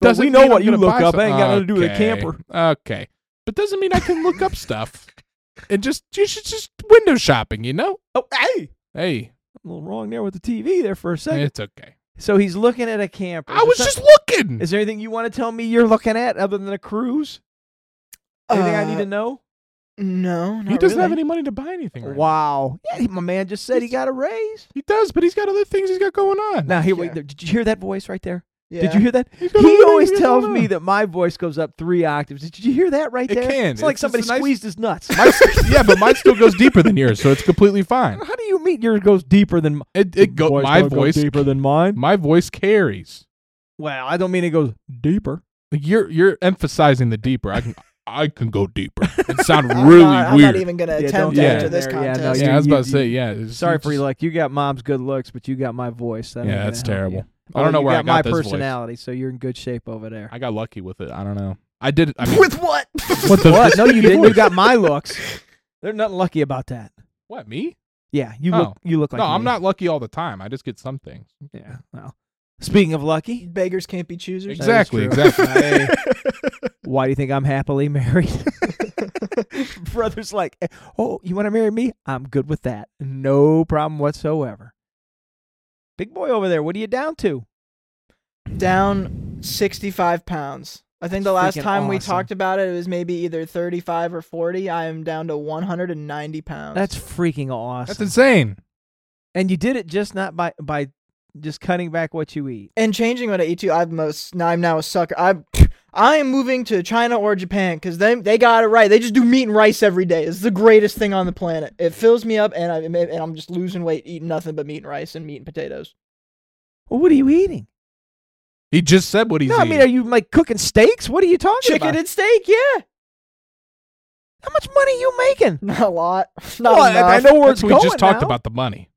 [SPEAKER 1] But
[SPEAKER 2] doesn't
[SPEAKER 1] we know
[SPEAKER 2] mean
[SPEAKER 1] what
[SPEAKER 2] I'm
[SPEAKER 1] you
[SPEAKER 2] gonna
[SPEAKER 1] look
[SPEAKER 2] buy
[SPEAKER 1] up.
[SPEAKER 2] some-
[SPEAKER 1] It ain't got nothing to do with a
[SPEAKER 2] Okay.
[SPEAKER 1] camper.
[SPEAKER 2] Okay, but doesn't mean I can look up stuff. And just you should just window shopping, you know?
[SPEAKER 1] Oh, hey,
[SPEAKER 2] Hey,
[SPEAKER 1] I'm a little wrong there with the TV there for a second.
[SPEAKER 2] it's okay.
[SPEAKER 1] so he's looking at a camper.
[SPEAKER 2] I
[SPEAKER 1] Is
[SPEAKER 2] was
[SPEAKER 1] there
[SPEAKER 2] just
[SPEAKER 1] some-
[SPEAKER 2] looking.
[SPEAKER 1] Is there anything you want to tell me you're looking at other than a cruise? Anything I need
[SPEAKER 3] Uh,
[SPEAKER 1] to know?
[SPEAKER 3] No, not
[SPEAKER 2] He doesn't
[SPEAKER 3] really.
[SPEAKER 2] have any money to buy anything. Right now.
[SPEAKER 1] Wow. Yeah, my man just said he got a raise.
[SPEAKER 2] He does, but he's got other things he's got going on.
[SPEAKER 1] Now here, wait.
[SPEAKER 3] Yeah.
[SPEAKER 1] there- Did you hear that voice right there?
[SPEAKER 3] Yeah.
[SPEAKER 1] Did you hear that?
[SPEAKER 2] He's got other
[SPEAKER 1] He
[SPEAKER 2] things
[SPEAKER 1] always
[SPEAKER 2] he's got
[SPEAKER 1] tells
[SPEAKER 2] going
[SPEAKER 1] me
[SPEAKER 2] on.
[SPEAKER 1] that my voice goes up three octaves. Did you hear that right
[SPEAKER 2] It
[SPEAKER 1] there?
[SPEAKER 2] can.
[SPEAKER 1] It's like
[SPEAKER 2] It's-
[SPEAKER 1] somebody
[SPEAKER 2] it's a nice-
[SPEAKER 1] squeezed his nuts.
[SPEAKER 2] yeah, but mine still goes deeper than yours, so it's completely fine.
[SPEAKER 1] How do you mean yours goes deeper than mine?
[SPEAKER 2] It, it go, my
[SPEAKER 1] don't go
[SPEAKER 2] voice
[SPEAKER 1] deeper than mine?
[SPEAKER 2] my voice carries.
[SPEAKER 1] Well, I don't mean it goes deeper.
[SPEAKER 2] You're you're emphasizing the deeper. I can I can go deeper. It sound
[SPEAKER 3] I'm
[SPEAKER 2] really
[SPEAKER 3] not, I'm
[SPEAKER 2] weird.
[SPEAKER 3] not even gonna
[SPEAKER 1] Yeah, don't
[SPEAKER 3] attempt
[SPEAKER 2] get
[SPEAKER 3] after
[SPEAKER 2] in
[SPEAKER 3] this
[SPEAKER 1] there. Yeah, no,
[SPEAKER 3] contest.
[SPEAKER 1] you-
[SPEAKER 2] yeah, I was
[SPEAKER 1] you-
[SPEAKER 2] about to
[SPEAKER 1] you-
[SPEAKER 2] say yeah. it's-
[SPEAKER 1] Sorry for
[SPEAKER 2] it's-
[SPEAKER 1] your luck. You got mom's good looks, but you got my voice. That ain't
[SPEAKER 2] Yeah,
[SPEAKER 1] gonna
[SPEAKER 2] that's
[SPEAKER 1] help you.
[SPEAKER 2] terrible. I
[SPEAKER 1] Although
[SPEAKER 2] don't know
[SPEAKER 1] you
[SPEAKER 2] where
[SPEAKER 1] got
[SPEAKER 2] I got
[SPEAKER 1] my
[SPEAKER 2] this voice.
[SPEAKER 1] personality, so you're in good shape over there.
[SPEAKER 2] I got lucky with it. I don't know. I did. I mean,
[SPEAKER 3] With what?
[SPEAKER 2] what the
[SPEAKER 1] What? No, you didn't. You got my looks. There's nothing lucky about that.
[SPEAKER 2] What me?
[SPEAKER 1] Yeah, you
[SPEAKER 2] Oh.
[SPEAKER 1] look. You look like
[SPEAKER 2] no, I'm
[SPEAKER 1] me.
[SPEAKER 2] not lucky all the time. I just get some things.
[SPEAKER 1] Yeah. Well, speaking of lucky,
[SPEAKER 3] Beggars can't be choosers.
[SPEAKER 1] Exact-
[SPEAKER 2] Exactly.
[SPEAKER 1] true.
[SPEAKER 2] Exactly.
[SPEAKER 1] why do you think I'm happily married? Brother's like, "Eh, oh, you want to marry me? I'm good with that. No problem whatsoever. Big boy over there, what are you down to?
[SPEAKER 3] Down 65 pounds. I think the last
[SPEAKER 1] Freaking
[SPEAKER 3] time we
[SPEAKER 1] awesome.
[SPEAKER 3] talked about it, it was maybe either 35 or 40. I am down to 190 pounds.
[SPEAKER 1] That's freaking awesome.
[SPEAKER 2] That's insane.
[SPEAKER 1] and you did it just not by by just cutting back what you eat.
[SPEAKER 3] and changing what I eat too. I'm most. Now I'm now a sucker. I'm. I am moving to China or Japan because they they got it right. They just do meat and rice every day. It's the greatest thing on the planet. It fills me up, and I and I'm just losing weight eating nothing but meat and rice and meat and potatoes.
[SPEAKER 1] Well, what are you eating?
[SPEAKER 2] He just said what he's.
[SPEAKER 1] no, I mean, are
[SPEAKER 2] eating.
[SPEAKER 1] you like cooking steaks? What are you talking
[SPEAKER 3] Chicken
[SPEAKER 1] about?
[SPEAKER 3] and steak, yeah,
[SPEAKER 1] How much money are you making?
[SPEAKER 3] not a lot, not
[SPEAKER 1] Well,
[SPEAKER 3] enough.
[SPEAKER 1] I, I know where
[SPEAKER 2] That's
[SPEAKER 1] it's
[SPEAKER 2] what we
[SPEAKER 1] going
[SPEAKER 2] just talked
[SPEAKER 1] now.
[SPEAKER 2] about the money.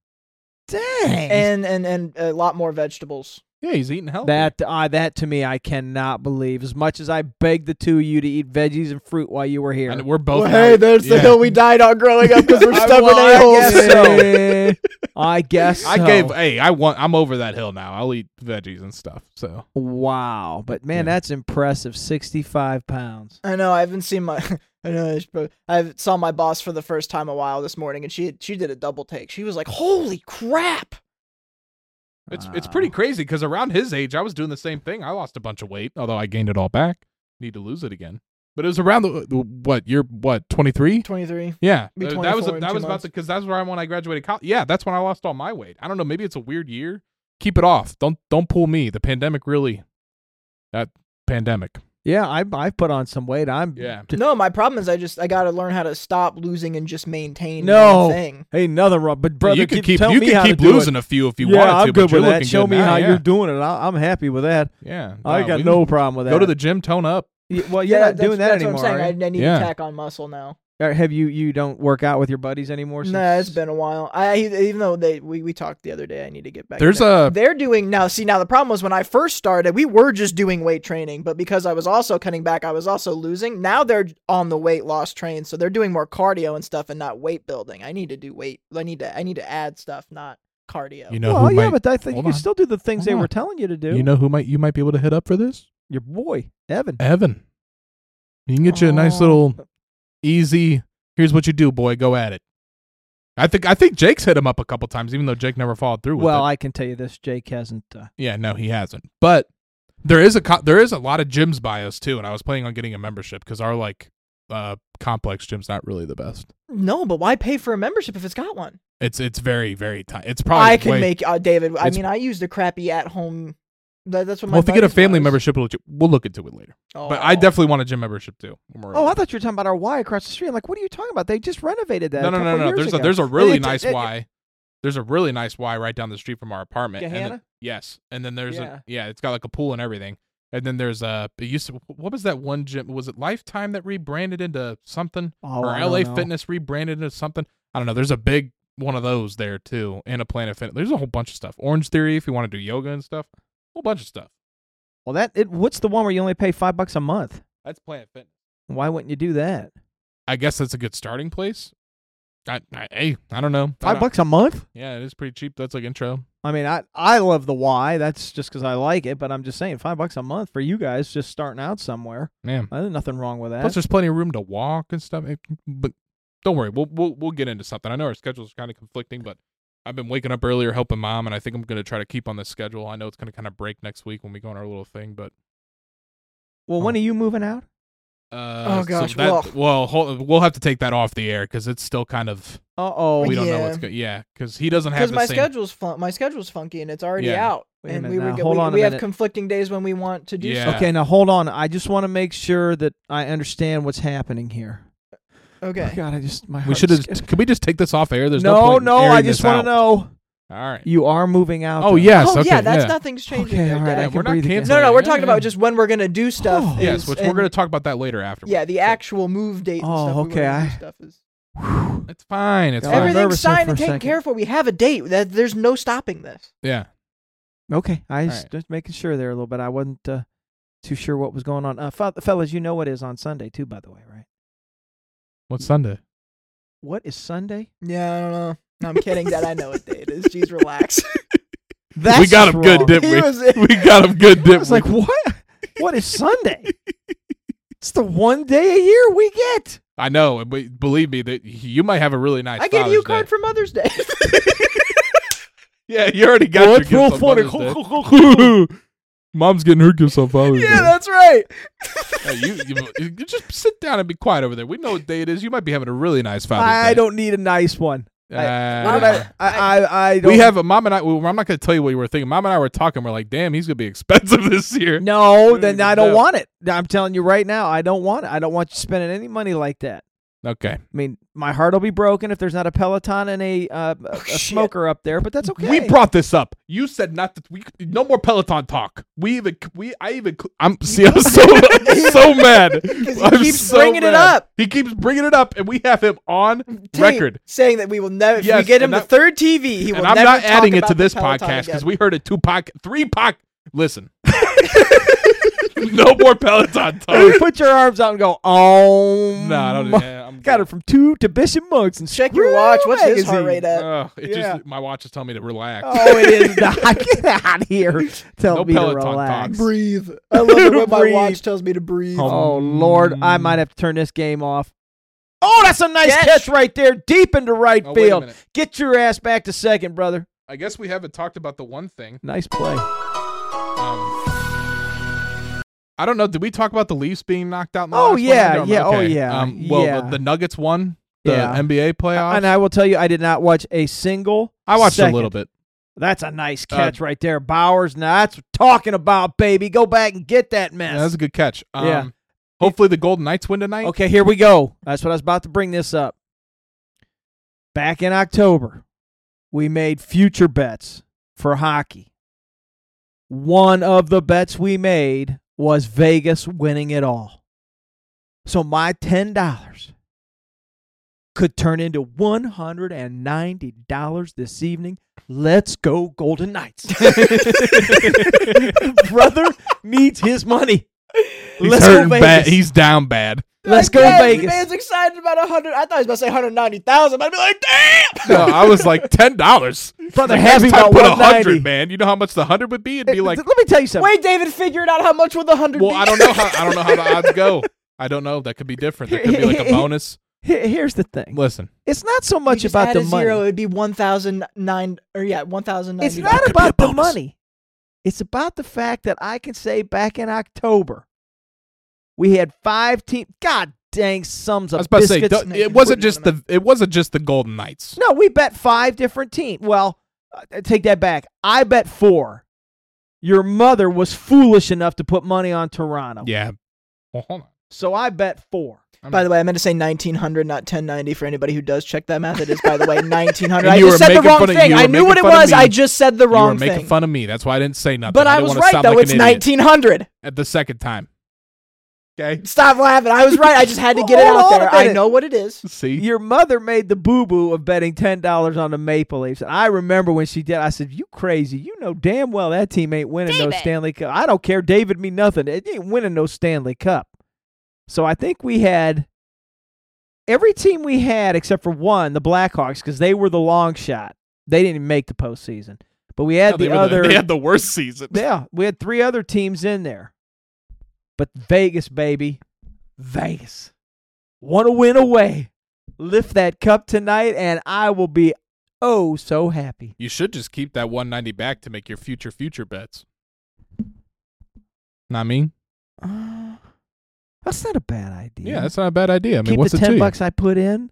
[SPEAKER 1] Dang.
[SPEAKER 3] and and and a lot more vegetables.
[SPEAKER 2] Yeah, he's eating healthy.
[SPEAKER 1] That uh, that to me, I cannot believe. As much as I begged the two of you to eat veggies and fruit while you were here,
[SPEAKER 2] And we're both. now-
[SPEAKER 3] there's
[SPEAKER 2] yeah.
[SPEAKER 3] we died on growing up because we're
[SPEAKER 1] I- well, I guess so. I guess
[SPEAKER 2] I
[SPEAKER 1] so.
[SPEAKER 2] gave. Hey, I want. I'm over that hill now. I'll eat veggies and stuff. So
[SPEAKER 1] Wow, but man,
[SPEAKER 2] Yeah.
[SPEAKER 1] that's impressive. Sixty-five pounds.
[SPEAKER 3] I know. I haven't seen my. I know. I spo- I saw my boss for the first time a while this morning, and she she did a double take. She was like, "Holy crap!"
[SPEAKER 2] it's it's pretty
[SPEAKER 1] Wow.
[SPEAKER 2] crazy because around his age, I was doing the same thing. I lost a bunch of weight, although I gained it all back. Need to lose it again. But it was around the, the what? You're what? 23?
[SPEAKER 3] Twenty three.
[SPEAKER 2] Yeah,
[SPEAKER 3] Be
[SPEAKER 2] Uh, that was
[SPEAKER 3] 24 in
[SPEAKER 2] that
[SPEAKER 3] two
[SPEAKER 2] was about
[SPEAKER 3] months.
[SPEAKER 2] because that's where I when I graduated college. Yeah, that's when I lost all my weight. I don't know. Maybe it's a weird year. Keep it off. Don't don't pull me. The pandemic really. That pandemic.
[SPEAKER 1] Yeah, I I put on some weight. I'm
[SPEAKER 2] Yeah.
[SPEAKER 3] No, my problem is I just I got to learn how to stop losing and just maintain.
[SPEAKER 1] No.
[SPEAKER 3] one thing.
[SPEAKER 1] Hey, nothing wrong. But
[SPEAKER 2] Brother,
[SPEAKER 1] brother,
[SPEAKER 2] you could
[SPEAKER 1] keep-
[SPEAKER 2] keep
[SPEAKER 1] tell
[SPEAKER 2] you
[SPEAKER 1] me
[SPEAKER 2] could
[SPEAKER 1] how
[SPEAKER 2] keep
[SPEAKER 1] to do it.
[SPEAKER 2] losing a few if you
[SPEAKER 1] yeah,
[SPEAKER 2] want
[SPEAKER 1] I'm
[SPEAKER 2] to.
[SPEAKER 1] good
[SPEAKER 2] but you're
[SPEAKER 1] with that.
[SPEAKER 2] looking
[SPEAKER 1] Show
[SPEAKER 2] good
[SPEAKER 1] me
[SPEAKER 2] now,
[SPEAKER 1] how
[SPEAKER 2] yeah.
[SPEAKER 1] you're doing it. I, I'm happy with that.
[SPEAKER 2] Yeah,
[SPEAKER 1] I
[SPEAKER 2] Wow,
[SPEAKER 1] got
[SPEAKER 2] we-
[SPEAKER 1] no problem with that.
[SPEAKER 2] Go to the gym, tone up.
[SPEAKER 1] Y- Well, you're not
[SPEAKER 3] that's-
[SPEAKER 1] doing that
[SPEAKER 3] that's
[SPEAKER 1] anymore.
[SPEAKER 3] What I'm
[SPEAKER 1] are you?
[SPEAKER 3] saying. I, I need
[SPEAKER 2] Yeah.
[SPEAKER 3] to tack on muscle now.
[SPEAKER 1] Or have you you don't work out with your buddies anymore? Since...
[SPEAKER 3] Nah, it's been a while. I even though they we, we talked the other day, I need to get back.
[SPEAKER 2] There's
[SPEAKER 3] in it.
[SPEAKER 2] a
[SPEAKER 3] they're doing now. See, now the problem was when I first started, we were just doing weight training, but because I was also cutting back, I was also losing. Now they're on the weight loss train, so they're doing more cardio and stuff and not weight building. I need to do weight. I need to I need to add stuff, not cardio.
[SPEAKER 2] you know
[SPEAKER 1] well,
[SPEAKER 2] who
[SPEAKER 1] yeah,
[SPEAKER 2] might
[SPEAKER 1] but I think you
[SPEAKER 2] hold
[SPEAKER 1] can
[SPEAKER 2] on.
[SPEAKER 1] still do the things
[SPEAKER 2] Hold
[SPEAKER 1] they
[SPEAKER 2] on.
[SPEAKER 1] were telling you to do.
[SPEAKER 2] you know who might you might be able to hit up for this
[SPEAKER 1] your boy Evan.
[SPEAKER 2] Evan. You can get you a nice
[SPEAKER 3] Aw.
[SPEAKER 2] little easy. Here's what you do, boy. Go at it. I think I think Jake's hit him up a couple times, even though Jake never followed through with
[SPEAKER 1] Well,
[SPEAKER 2] it.
[SPEAKER 1] I can tell you this: Jake hasn't. Uh,
[SPEAKER 2] yeah, no, he hasn't. But there is a co- there is a lot of gyms by us too, and I was planning on getting a membership because our like uh complex gym's not really the best.
[SPEAKER 3] No, but why pay for a membership if it's got one?
[SPEAKER 2] It's it's very very tight. It's probably
[SPEAKER 3] I can
[SPEAKER 2] way-
[SPEAKER 3] make uh, David. I
[SPEAKER 2] it's-
[SPEAKER 3] mean, I used a crappy at home. That, that's what my.
[SPEAKER 2] Well, if you get a
[SPEAKER 3] buddies
[SPEAKER 2] family
[SPEAKER 3] was.
[SPEAKER 2] membership, we'll, we'll look into it later. But I
[SPEAKER 3] Oh.
[SPEAKER 2] definitely want a gym membership too. when we're
[SPEAKER 1] oh,
[SPEAKER 2] older.
[SPEAKER 1] I thought you were talking about our Y across the street. I'm like, what are you talking about? They just renovated that.
[SPEAKER 2] no,
[SPEAKER 1] a
[SPEAKER 2] no, no,
[SPEAKER 1] couple
[SPEAKER 2] no.
[SPEAKER 1] years
[SPEAKER 2] There's a,
[SPEAKER 1] ago.
[SPEAKER 2] there's a really
[SPEAKER 1] It-
[SPEAKER 2] nice
[SPEAKER 1] it-
[SPEAKER 2] Y There's a really nice Y right down the street from our apartment. and
[SPEAKER 3] Gahanna?
[SPEAKER 2] the- yes, and then there's
[SPEAKER 3] Yeah.
[SPEAKER 2] a yeah, it's got like a pool and everything. And then there's a it used to, what was that one gym? Was it Lifetime that rebranded into something
[SPEAKER 1] Oh,
[SPEAKER 2] or
[SPEAKER 1] I don't
[SPEAKER 2] LA
[SPEAKER 1] know.
[SPEAKER 2] Fitness rebranded into something? I don't know. There's a big one of those there too, and a Planet Fitness. There's a whole bunch of stuff. Orange Theory, if you want to do yoga and stuff, whole bunch of stuff.
[SPEAKER 1] Well, that it, what's the one where you only pay five bucks a month?
[SPEAKER 2] That's Planet Fitness.
[SPEAKER 1] Why wouldn't you do that?
[SPEAKER 2] I guess that's a good starting place. I, I hey, I don't know. I
[SPEAKER 1] 5
[SPEAKER 2] don't-
[SPEAKER 1] bucks a month?
[SPEAKER 2] Yeah, it is pretty cheap. That's like intro.
[SPEAKER 1] I mean, I I love the Y. That's just because I like it. But I'm just saying, five bucks a month for you guys just starting out somewhere.
[SPEAKER 2] Man.
[SPEAKER 1] I, there's nothing wrong with that.
[SPEAKER 2] Plus, there's plenty of room to walk and stuff. It- But don't worry, we'll we'll we'll get into something. I know our schedules are kind of conflicting, but I've been waking up earlier helping mom, and I think I'm gonna try to keep on this schedule. I know it's gonna kind of break next week when we go on our little thing, but
[SPEAKER 1] well, when are you moving out?
[SPEAKER 2] uh,
[SPEAKER 3] Oh, gosh,
[SPEAKER 2] so that, well, hold, we'll have to take that off the air because it's still kind of
[SPEAKER 1] Uh oh.
[SPEAKER 2] we don't know
[SPEAKER 3] Yeah.
[SPEAKER 2] what's good. Yeah, because he doesn't have
[SPEAKER 3] because
[SPEAKER 2] the
[SPEAKER 3] my
[SPEAKER 2] same.
[SPEAKER 3] schedule's fun- my schedule's funky and it's already
[SPEAKER 2] Yeah.
[SPEAKER 3] out.
[SPEAKER 1] Wait a
[SPEAKER 3] and
[SPEAKER 1] minute
[SPEAKER 3] we would
[SPEAKER 1] now,
[SPEAKER 3] get-
[SPEAKER 1] hold
[SPEAKER 3] we,
[SPEAKER 1] on a
[SPEAKER 3] we have
[SPEAKER 1] minute.
[SPEAKER 3] conflicting days when we want to do.
[SPEAKER 2] Yeah.
[SPEAKER 3] stuff.
[SPEAKER 1] Okay, now hold on. I just want to make sure that I understand what's happening here.
[SPEAKER 3] Okay.
[SPEAKER 1] Oh, God, I just my
[SPEAKER 2] We
[SPEAKER 1] heart
[SPEAKER 2] should have.
[SPEAKER 1] sk-
[SPEAKER 2] Can we just take this off air? There's no
[SPEAKER 1] no,
[SPEAKER 2] point in
[SPEAKER 1] no. I
[SPEAKER 2] airing
[SPEAKER 1] just
[SPEAKER 2] this
[SPEAKER 1] want
[SPEAKER 2] out.
[SPEAKER 1] to know
[SPEAKER 2] All right.
[SPEAKER 1] you are moving out.
[SPEAKER 2] Oh
[SPEAKER 1] though.
[SPEAKER 2] yes.
[SPEAKER 3] oh
[SPEAKER 2] okay.
[SPEAKER 3] yeah, that's nothing's changing.
[SPEAKER 1] Okay,
[SPEAKER 3] there,
[SPEAKER 1] all right.
[SPEAKER 3] Dad.
[SPEAKER 1] I
[SPEAKER 2] Yeah,
[SPEAKER 1] can
[SPEAKER 2] we're not
[SPEAKER 1] breathe again.
[SPEAKER 2] canceling
[SPEAKER 3] No, no,
[SPEAKER 2] it.
[SPEAKER 3] we're
[SPEAKER 2] Yeah,
[SPEAKER 3] talking
[SPEAKER 2] yeah.
[SPEAKER 3] about just when we're gonna do stuff.
[SPEAKER 1] Oh.
[SPEAKER 2] Yes,
[SPEAKER 3] is-
[SPEAKER 2] which we're
[SPEAKER 3] and-
[SPEAKER 2] going to talk about that later afterwards.
[SPEAKER 3] Yeah, the
[SPEAKER 2] So,
[SPEAKER 3] actual move date. And
[SPEAKER 1] Oh,
[SPEAKER 3] stuff we
[SPEAKER 1] okay,
[SPEAKER 3] wanna do
[SPEAKER 1] I-
[SPEAKER 3] Stuff is,
[SPEAKER 1] Whew.
[SPEAKER 2] It's fine. It's
[SPEAKER 3] Oh,
[SPEAKER 1] Yeah, I'm nervous
[SPEAKER 2] fine.
[SPEAKER 1] there
[SPEAKER 3] everything's signed
[SPEAKER 1] for a
[SPEAKER 3] and taken
[SPEAKER 1] second.
[SPEAKER 3] care for. We have a date. That there's no stopping this.
[SPEAKER 2] Yeah.
[SPEAKER 1] Okay, I
[SPEAKER 2] All
[SPEAKER 1] was
[SPEAKER 2] right.
[SPEAKER 1] just making sure there a little bit. I wasn't uh, too sure what was going on. Uh, fe- fellas, you know what is on Sunday too, by the way, right?
[SPEAKER 2] What's Sunday?
[SPEAKER 1] What is Sunday?
[SPEAKER 3] Yeah, I don't know. No, I'm kidding. Dad, I know what day it is. Jeez, relax.
[SPEAKER 1] That's
[SPEAKER 2] we got him
[SPEAKER 1] wrong.
[SPEAKER 2] good, didn't
[SPEAKER 3] He
[SPEAKER 2] we?
[SPEAKER 3] was-
[SPEAKER 2] We got him good,
[SPEAKER 1] I
[SPEAKER 2] didn't
[SPEAKER 1] was
[SPEAKER 2] we?
[SPEAKER 1] like, what? What is Sunday? it's the one day a year we get.
[SPEAKER 2] I know, and we- believe me that you might have a really nice.
[SPEAKER 3] I gave
[SPEAKER 2] Father's
[SPEAKER 3] you a card
[SPEAKER 2] Day.
[SPEAKER 3] for Mother's Day.
[SPEAKER 2] yeah, you already got
[SPEAKER 1] Well,
[SPEAKER 2] your
[SPEAKER 1] that's
[SPEAKER 2] gift on
[SPEAKER 1] real
[SPEAKER 2] Mother's Day. Mom's getting her gifts on Father's
[SPEAKER 3] yeah,
[SPEAKER 2] Day.
[SPEAKER 3] that's right.
[SPEAKER 2] Hey, you, you, you just sit down and be quiet over there. We know what day it is. You might be having a really nice Father's Day.
[SPEAKER 1] I don't need a nice one.
[SPEAKER 2] Uh,
[SPEAKER 1] What about- I, I, I don't.
[SPEAKER 2] we have a mom and I. Well, I'm not going to tell you what we were thinking. Mom and I were talking. We're like, damn, he's going to be expensive this year.
[SPEAKER 1] No, then I don't
[SPEAKER 2] No.
[SPEAKER 1] want it. I'm telling you right now, I don't want it. I don't want you spending any money like that.
[SPEAKER 2] Okay.
[SPEAKER 1] I mean, my heart will be broken if there's not a Peloton and a uh, a, a
[SPEAKER 3] shit.
[SPEAKER 1] smoker up there, but that's okay.
[SPEAKER 2] Oh, We brought this up. You said not that we no more Peloton talk. We even we I even I'm see I'm so I'm so mad.
[SPEAKER 3] Because he
[SPEAKER 2] I'm
[SPEAKER 3] keeps
[SPEAKER 2] so
[SPEAKER 3] bringing
[SPEAKER 2] mad.
[SPEAKER 3] it up.
[SPEAKER 2] He keeps bringing it up, and we have him on
[SPEAKER 3] Tape,
[SPEAKER 2] record.
[SPEAKER 3] saying that we will never. if
[SPEAKER 2] Yes,
[SPEAKER 3] we get him
[SPEAKER 2] and
[SPEAKER 3] the
[SPEAKER 2] that-
[SPEAKER 3] third TV, he will
[SPEAKER 2] And I'm
[SPEAKER 3] never
[SPEAKER 2] not
[SPEAKER 3] talk
[SPEAKER 2] adding it
[SPEAKER 3] about
[SPEAKER 2] to
[SPEAKER 3] the
[SPEAKER 2] this
[SPEAKER 3] Peloton
[SPEAKER 2] podcast because
[SPEAKER 3] again.
[SPEAKER 2] we heard it two pocket three pocket. Listen, no more Peloton talk.
[SPEAKER 1] put your arms out and go, oh,
[SPEAKER 2] no, I don't.
[SPEAKER 1] my-
[SPEAKER 2] Yeah, I'm
[SPEAKER 1] Got it from two to Bishop Monks and
[SPEAKER 3] check your watch.
[SPEAKER 1] Screw
[SPEAKER 3] What's his heart
[SPEAKER 1] magazine.
[SPEAKER 3] rate at?
[SPEAKER 2] Ugh, it
[SPEAKER 1] Yeah.
[SPEAKER 2] just my watch is telling me to relax.
[SPEAKER 1] Oh, it is not. Get out of here. Tell
[SPEAKER 2] No
[SPEAKER 1] me to
[SPEAKER 2] Peloton
[SPEAKER 1] relax.
[SPEAKER 2] talks.
[SPEAKER 3] breathe. I love it when my
[SPEAKER 1] Breathe.
[SPEAKER 3] watch tells me to breathe.
[SPEAKER 2] Oh,
[SPEAKER 1] Oh Lord, I might have to turn this game off. Oh, that's a nice catch,
[SPEAKER 3] Catch.
[SPEAKER 1] right there, deep into right
[SPEAKER 2] Oh, wait a
[SPEAKER 1] field.
[SPEAKER 2] minute.
[SPEAKER 1] Get your ass back to second, brother.
[SPEAKER 2] I guess we haven't talked about the one thing.
[SPEAKER 1] Nice play.
[SPEAKER 2] Um, I don't know. Did we talk about the Leafs being knocked out? In the
[SPEAKER 1] Oh,
[SPEAKER 2] last one?
[SPEAKER 1] yeah,
[SPEAKER 2] Never mind.
[SPEAKER 1] yeah, oh,
[SPEAKER 2] Okay.
[SPEAKER 1] yeah,
[SPEAKER 2] Um, well,
[SPEAKER 1] yeah.
[SPEAKER 2] The, the Nuggets won the
[SPEAKER 1] Yeah.
[SPEAKER 2] NBA playoffs.
[SPEAKER 1] And I will tell you, I did not watch a single.
[SPEAKER 2] I watched
[SPEAKER 1] second.
[SPEAKER 2] a little bit.
[SPEAKER 1] That's a nice catch right there, Bowers. Now that's what I'm talking about, baby. Go back and get that
[SPEAKER 2] Yeah,
[SPEAKER 1] mess.
[SPEAKER 2] that was a good catch. Um,
[SPEAKER 1] Yeah.
[SPEAKER 2] Hopefully, the Golden Knights win tonight.
[SPEAKER 1] Okay, here we go. That's what I was about to bring this up. Back in October, we made future bets for hockey. One of the bets we made was Vegas winning it all. So my $10 could turn into $190 this evening. Let's go, Golden Knights. Brother needs his money.
[SPEAKER 2] He's
[SPEAKER 1] Let's go,
[SPEAKER 2] hurting bad.
[SPEAKER 1] Vegas.
[SPEAKER 2] He's down bad.
[SPEAKER 1] Let's go,
[SPEAKER 3] Again,
[SPEAKER 1] Vegas.
[SPEAKER 3] Man's excited about a hundred. I thought he was about to say hundred ninety thousand. I'd be like, damn.
[SPEAKER 2] No, I was like ten dollars.
[SPEAKER 1] Brother,
[SPEAKER 2] like,
[SPEAKER 1] happy
[SPEAKER 2] next time
[SPEAKER 1] about
[SPEAKER 2] put
[SPEAKER 1] 190.
[SPEAKER 2] hundred, man. You know how much the hundred would be? It'd be
[SPEAKER 1] Uh,
[SPEAKER 2] like,
[SPEAKER 1] let me tell you something.
[SPEAKER 3] Wait, David figured out how much will the hundred
[SPEAKER 2] well,
[SPEAKER 3] be?
[SPEAKER 2] I don't know how. I don't know how the odds go. I don't know. That could be different. That could be like a bonus.
[SPEAKER 1] Here- here's the thing.
[SPEAKER 2] Listen,
[SPEAKER 1] It's not so much
[SPEAKER 3] You just
[SPEAKER 1] about
[SPEAKER 3] add
[SPEAKER 1] the
[SPEAKER 3] a
[SPEAKER 1] money.
[SPEAKER 3] Zero, it'd be one thousand nine or yeah, one thousand ninety.
[SPEAKER 1] It's not
[SPEAKER 2] could be a
[SPEAKER 1] about the
[SPEAKER 2] bonus.
[SPEAKER 1] money. It's about the fact that I can say back in October, we had five team. God dang, sums
[SPEAKER 2] I
[SPEAKER 1] of
[SPEAKER 2] was about to say,
[SPEAKER 1] biscuits.
[SPEAKER 2] don't-
[SPEAKER 3] Snake
[SPEAKER 2] it
[SPEAKER 3] and
[SPEAKER 2] wasn't
[SPEAKER 3] put it
[SPEAKER 2] just
[SPEAKER 3] on the
[SPEAKER 2] the. It wasn't just the Golden Knights.
[SPEAKER 1] no, we bet five different teams. Well, uh, take that back. I bet four. Your Oh. mother was foolish enough to put money on Toronto.
[SPEAKER 2] Yeah. Well, hold on.
[SPEAKER 1] So I bet four.
[SPEAKER 2] I'm-
[SPEAKER 3] By the way, I meant to say 1900, not 1090. For anybody who does check that math, it is by the way 1900.
[SPEAKER 2] And
[SPEAKER 3] I
[SPEAKER 2] you
[SPEAKER 3] just
[SPEAKER 2] were
[SPEAKER 3] said the
[SPEAKER 2] making
[SPEAKER 3] wrong
[SPEAKER 2] fun of-
[SPEAKER 3] thing.
[SPEAKER 2] you were
[SPEAKER 3] I knew what it
[SPEAKER 2] making fun of
[SPEAKER 3] was.
[SPEAKER 2] me.
[SPEAKER 3] I just said the
[SPEAKER 2] you
[SPEAKER 3] wrong
[SPEAKER 2] were making
[SPEAKER 3] thing.
[SPEAKER 2] fun of me. That's why I didn't say nothing.
[SPEAKER 3] But I
[SPEAKER 2] didn't
[SPEAKER 3] was
[SPEAKER 2] wanna
[SPEAKER 3] right
[SPEAKER 2] sound
[SPEAKER 3] though.
[SPEAKER 2] like
[SPEAKER 3] it's
[SPEAKER 2] an idiot
[SPEAKER 3] 1900.
[SPEAKER 2] at the second time. Okay.
[SPEAKER 3] Stop laughing. I was right. I just had to get it
[SPEAKER 1] Hold
[SPEAKER 3] out
[SPEAKER 1] on a
[SPEAKER 3] there. I
[SPEAKER 1] minute.
[SPEAKER 3] know what it is.
[SPEAKER 2] See,
[SPEAKER 1] Your mother made the boo boo of betting ten dollars on the Maple Leafs. And I remember when she did. I said, "You crazy? You know damn well that team ain't winning no
[SPEAKER 4] David.
[SPEAKER 1] Stanley Cup. I don't care. David me nothing. It ain't winning no Stanley Cup." So I think we had every team we had except for one, the Blackhawks, because they were the long shot. They didn't even make the postseason. But we had
[SPEAKER 2] No, they
[SPEAKER 1] the
[SPEAKER 2] were
[SPEAKER 1] other.
[SPEAKER 2] they had the worst season.
[SPEAKER 1] yeah, we had three other teams in there. But Vegas, baby, Vegas, want to win away. Lift that cup tonight, and I will be oh so happy.
[SPEAKER 2] You should just keep that 190 back to make your future future bets. Not mean?
[SPEAKER 1] Uh, that's not a bad idea.
[SPEAKER 2] Yeah, that's not a bad idea. I mean,
[SPEAKER 1] Keep
[SPEAKER 2] what's
[SPEAKER 1] the
[SPEAKER 2] it to
[SPEAKER 1] ten
[SPEAKER 2] you?
[SPEAKER 1] bucks I put in.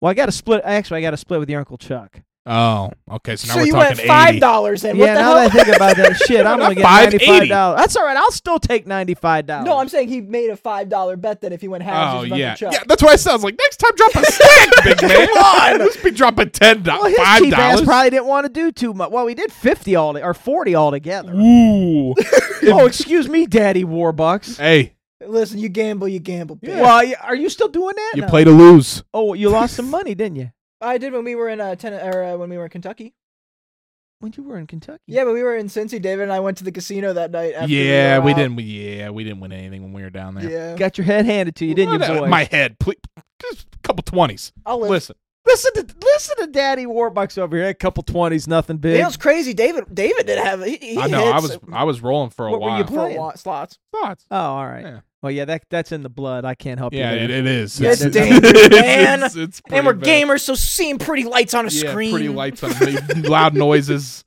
[SPEAKER 1] Well, I got to split. Actually, I got to split with your uncle Chuck.
[SPEAKER 2] Oh, okay. So now
[SPEAKER 3] So
[SPEAKER 2] we're
[SPEAKER 3] you
[SPEAKER 2] talking
[SPEAKER 3] went five
[SPEAKER 2] 80.
[SPEAKER 3] dollars in.
[SPEAKER 1] yeah, now that
[SPEAKER 3] what the
[SPEAKER 1] I think about that, shit, I'm gonna get ninety five
[SPEAKER 2] $5.80.
[SPEAKER 1] dollars. That's all right. I'll still take ninety five dollars.
[SPEAKER 3] hell? No, I'm saying he made a five dollar bet that if he went halves,
[SPEAKER 2] Oh
[SPEAKER 3] he was
[SPEAKER 2] yeah,
[SPEAKER 3] Chuck.
[SPEAKER 2] yeah. That's why it sounds like next time drop a stack, big man. Come on, let's be dropping ten
[SPEAKER 1] well,
[SPEAKER 2] dollars,
[SPEAKER 1] his
[SPEAKER 2] five
[SPEAKER 1] cheap ass
[SPEAKER 2] dollars.
[SPEAKER 1] probably didn't want to do too much. Well, he did fifty all or forty altogether.
[SPEAKER 2] Ooh,
[SPEAKER 1] oh, excuse me, Daddy Warbucks.
[SPEAKER 2] hey,
[SPEAKER 3] Listen, you gamble, you gamble. bitch.
[SPEAKER 1] Well, y- are you still doing that?
[SPEAKER 2] you
[SPEAKER 1] now?
[SPEAKER 2] play to lose.
[SPEAKER 1] Oh, you lost some money, didn't you?
[SPEAKER 3] I did when we were in uh, ten or uh, when we were in Kentucky.
[SPEAKER 1] When you were in Kentucky.
[SPEAKER 3] Yeah, but we were in Cincy. David and I went to the casino that night. After uh,
[SPEAKER 2] yeah,
[SPEAKER 3] were
[SPEAKER 2] we
[SPEAKER 3] out.
[SPEAKER 2] didn't. We, yeah, we didn't win anything when we were down there.
[SPEAKER 3] Yeah,
[SPEAKER 1] Got your head handed to you, didn't you,
[SPEAKER 2] Well, that-
[SPEAKER 1] boy?
[SPEAKER 2] My head, please, just a couple twenties.
[SPEAKER 3] I'll listen.
[SPEAKER 2] Listen,
[SPEAKER 1] Listen to listen to Daddy Warbucks over here. A couple twenties, nothing
[SPEAKER 3] You
[SPEAKER 1] big.
[SPEAKER 3] know, it's crazy. David, David did have. He, he
[SPEAKER 2] I know
[SPEAKER 3] hits
[SPEAKER 2] I was I was rolling for a
[SPEAKER 1] What were you
[SPEAKER 2] while.
[SPEAKER 1] pl-
[SPEAKER 3] for
[SPEAKER 1] playing.
[SPEAKER 3] a lot, slots.
[SPEAKER 2] Thoughts?
[SPEAKER 1] Oh, all right.
[SPEAKER 2] Yeah.
[SPEAKER 1] Well, yeah, that that's in the blood. I can't help
[SPEAKER 2] Yeah,
[SPEAKER 1] you. there.
[SPEAKER 2] it, it is.
[SPEAKER 1] Yeah,
[SPEAKER 2] It's-
[SPEAKER 1] that's-
[SPEAKER 2] it's-
[SPEAKER 3] dangerous,
[SPEAKER 2] it's-
[SPEAKER 3] man.
[SPEAKER 2] it's- it's
[SPEAKER 3] And
[SPEAKER 2] pretty
[SPEAKER 3] we're
[SPEAKER 2] bad.
[SPEAKER 3] gamers, so seeing pretty lights on a
[SPEAKER 2] Yeah,
[SPEAKER 3] screen.
[SPEAKER 2] pretty lights on, loud noises.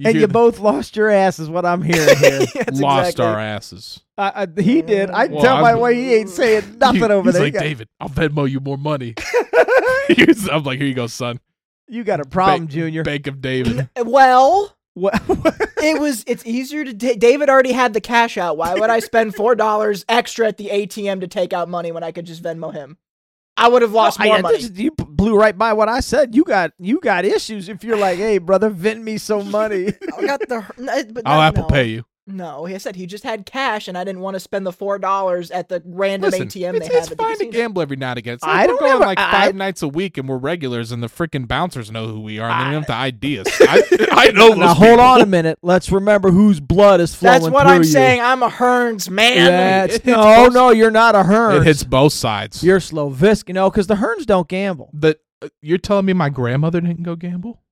[SPEAKER 1] and
[SPEAKER 2] hear
[SPEAKER 1] you
[SPEAKER 2] the-
[SPEAKER 1] both lost your ass, is what I'm hearing here.
[SPEAKER 3] That's
[SPEAKER 2] lost
[SPEAKER 3] exactly-
[SPEAKER 2] our asses.
[SPEAKER 1] I, I, he did. I can
[SPEAKER 2] Well,
[SPEAKER 1] tell
[SPEAKER 2] I
[SPEAKER 1] by the
[SPEAKER 2] was-
[SPEAKER 1] way he ain't saying nothing
[SPEAKER 2] He-
[SPEAKER 1] over
[SPEAKER 2] he's
[SPEAKER 1] there.
[SPEAKER 2] like,
[SPEAKER 1] you, got,
[SPEAKER 2] David, I'll Venmo you more money. He was- I'm like, here you go, son.
[SPEAKER 1] you got a problem,
[SPEAKER 2] Bank-
[SPEAKER 1] Junior.
[SPEAKER 2] Bank of David.
[SPEAKER 3] Well,
[SPEAKER 1] What-
[SPEAKER 3] it was. It's easier to. ta- David already had the cash out. Why would I spend four dollars extra at the ATM to take out money when I could just Venmo him? I would have lost
[SPEAKER 1] I-
[SPEAKER 3] more
[SPEAKER 1] I-
[SPEAKER 3] money.
[SPEAKER 1] this- you blew right by what I said. You got you got issues if you're like, hey, brother, vend me some money.
[SPEAKER 3] I got the. hur- no, it- But
[SPEAKER 2] I'll
[SPEAKER 3] no,
[SPEAKER 2] Apple
[SPEAKER 3] no.
[SPEAKER 2] Pay you.
[SPEAKER 3] No, he said he just had cash, and I didn't want to spend the four dollars at the random
[SPEAKER 2] Listen,
[SPEAKER 3] ATM
[SPEAKER 2] it's,
[SPEAKER 3] they have
[SPEAKER 2] it's
[SPEAKER 3] at the
[SPEAKER 2] fine to
[SPEAKER 3] casino.
[SPEAKER 2] gamble every now and again. It's
[SPEAKER 1] I
[SPEAKER 2] like we're
[SPEAKER 1] don't
[SPEAKER 2] going
[SPEAKER 1] ever-
[SPEAKER 2] like
[SPEAKER 1] I-
[SPEAKER 2] five nights a week and we're regulars and the freaking bouncers know who we are and they don't have to ID us. I, I know
[SPEAKER 1] now
[SPEAKER 2] those
[SPEAKER 1] hold
[SPEAKER 2] people.
[SPEAKER 1] on a minute. Let's remember whose blood is flowing
[SPEAKER 3] That's what
[SPEAKER 1] through
[SPEAKER 3] I'm
[SPEAKER 1] you.
[SPEAKER 3] saying. I'm a Hearns man.
[SPEAKER 1] That's-
[SPEAKER 2] It hits
[SPEAKER 1] no,
[SPEAKER 2] both-
[SPEAKER 1] no, you're not a Hearns.
[SPEAKER 2] It hits both sides. You're,
[SPEAKER 1] You're Slovisk, you know, because the Hearns don't gamble.
[SPEAKER 2] the, uh, you're telling me my grandmother didn't go gamble?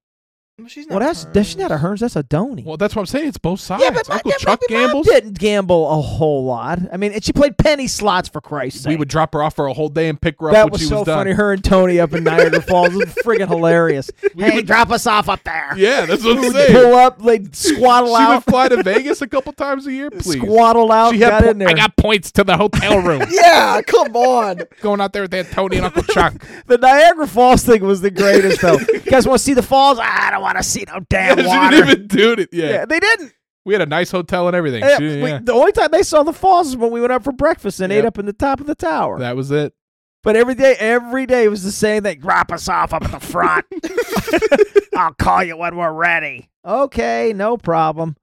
[SPEAKER 3] Well, she's
[SPEAKER 1] Well, that's that's she's not a Hearns. That's a Donny.
[SPEAKER 2] Well, that's what I'm saying. It's both sides.
[SPEAKER 1] yeah, but my,
[SPEAKER 2] Uncle
[SPEAKER 1] yeah,
[SPEAKER 2] Chuck
[SPEAKER 1] my mom
[SPEAKER 2] gambles.
[SPEAKER 1] didn't gamble a whole lot. I mean, and she played penny slots for Christ's sake.
[SPEAKER 2] We would drop her off for a whole day and pick her up
[SPEAKER 1] that
[SPEAKER 2] when
[SPEAKER 1] was
[SPEAKER 2] she
[SPEAKER 1] so
[SPEAKER 2] was
[SPEAKER 1] funny.
[SPEAKER 2] done.
[SPEAKER 1] Her and Tony up in Niagara Falls it was friggin' hilarious. hey,
[SPEAKER 2] would-
[SPEAKER 1] drop us off up there.
[SPEAKER 2] Yeah, that's what
[SPEAKER 1] We
[SPEAKER 2] I'm
[SPEAKER 1] would
[SPEAKER 2] saying.
[SPEAKER 1] pull up, they'd squaddle
[SPEAKER 2] she
[SPEAKER 1] out,
[SPEAKER 2] would fly to Vegas a couple times a year, please.
[SPEAKER 1] squaddle out,
[SPEAKER 2] she had
[SPEAKER 1] got
[SPEAKER 2] po-
[SPEAKER 1] in there.
[SPEAKER 2] I got points to the hotel room.
[SPEAKER 3] Yeah, come on.
[SPEAKER 2] Going out there with that Tony and Uncle Chuck.
[SPEAKER 1] The Niagara Falls thing was the greatest though. you guys want to see the falls? I don't want to see no damn
[SPEAKER 2] she
[SPEAKER 1] water.
[SPEAKER 2] didn't even do it. Yeah.
[SPEAKER 1] yeah, they didn't.
[SPEAKER 2] We had a nice hotel and everything.
[SPEAKER 1] Yeah,
[SPEAKER 2] She didn't-
[SPEAKER 1] we-
[SPEAKER 2] yeah.
[SPEAKER 1] the only time they saw the falls is when we went up for breakfast and
[SPEAKER 2] Yep.
[SPEAKER 1] ate up in the top of the tower.
[SPEAKER 2] That was it.
[SPEAKER 1] But every day, every day was the same thing. Drop us off up at the front. I'll call you when we're ready. Okay, no problem.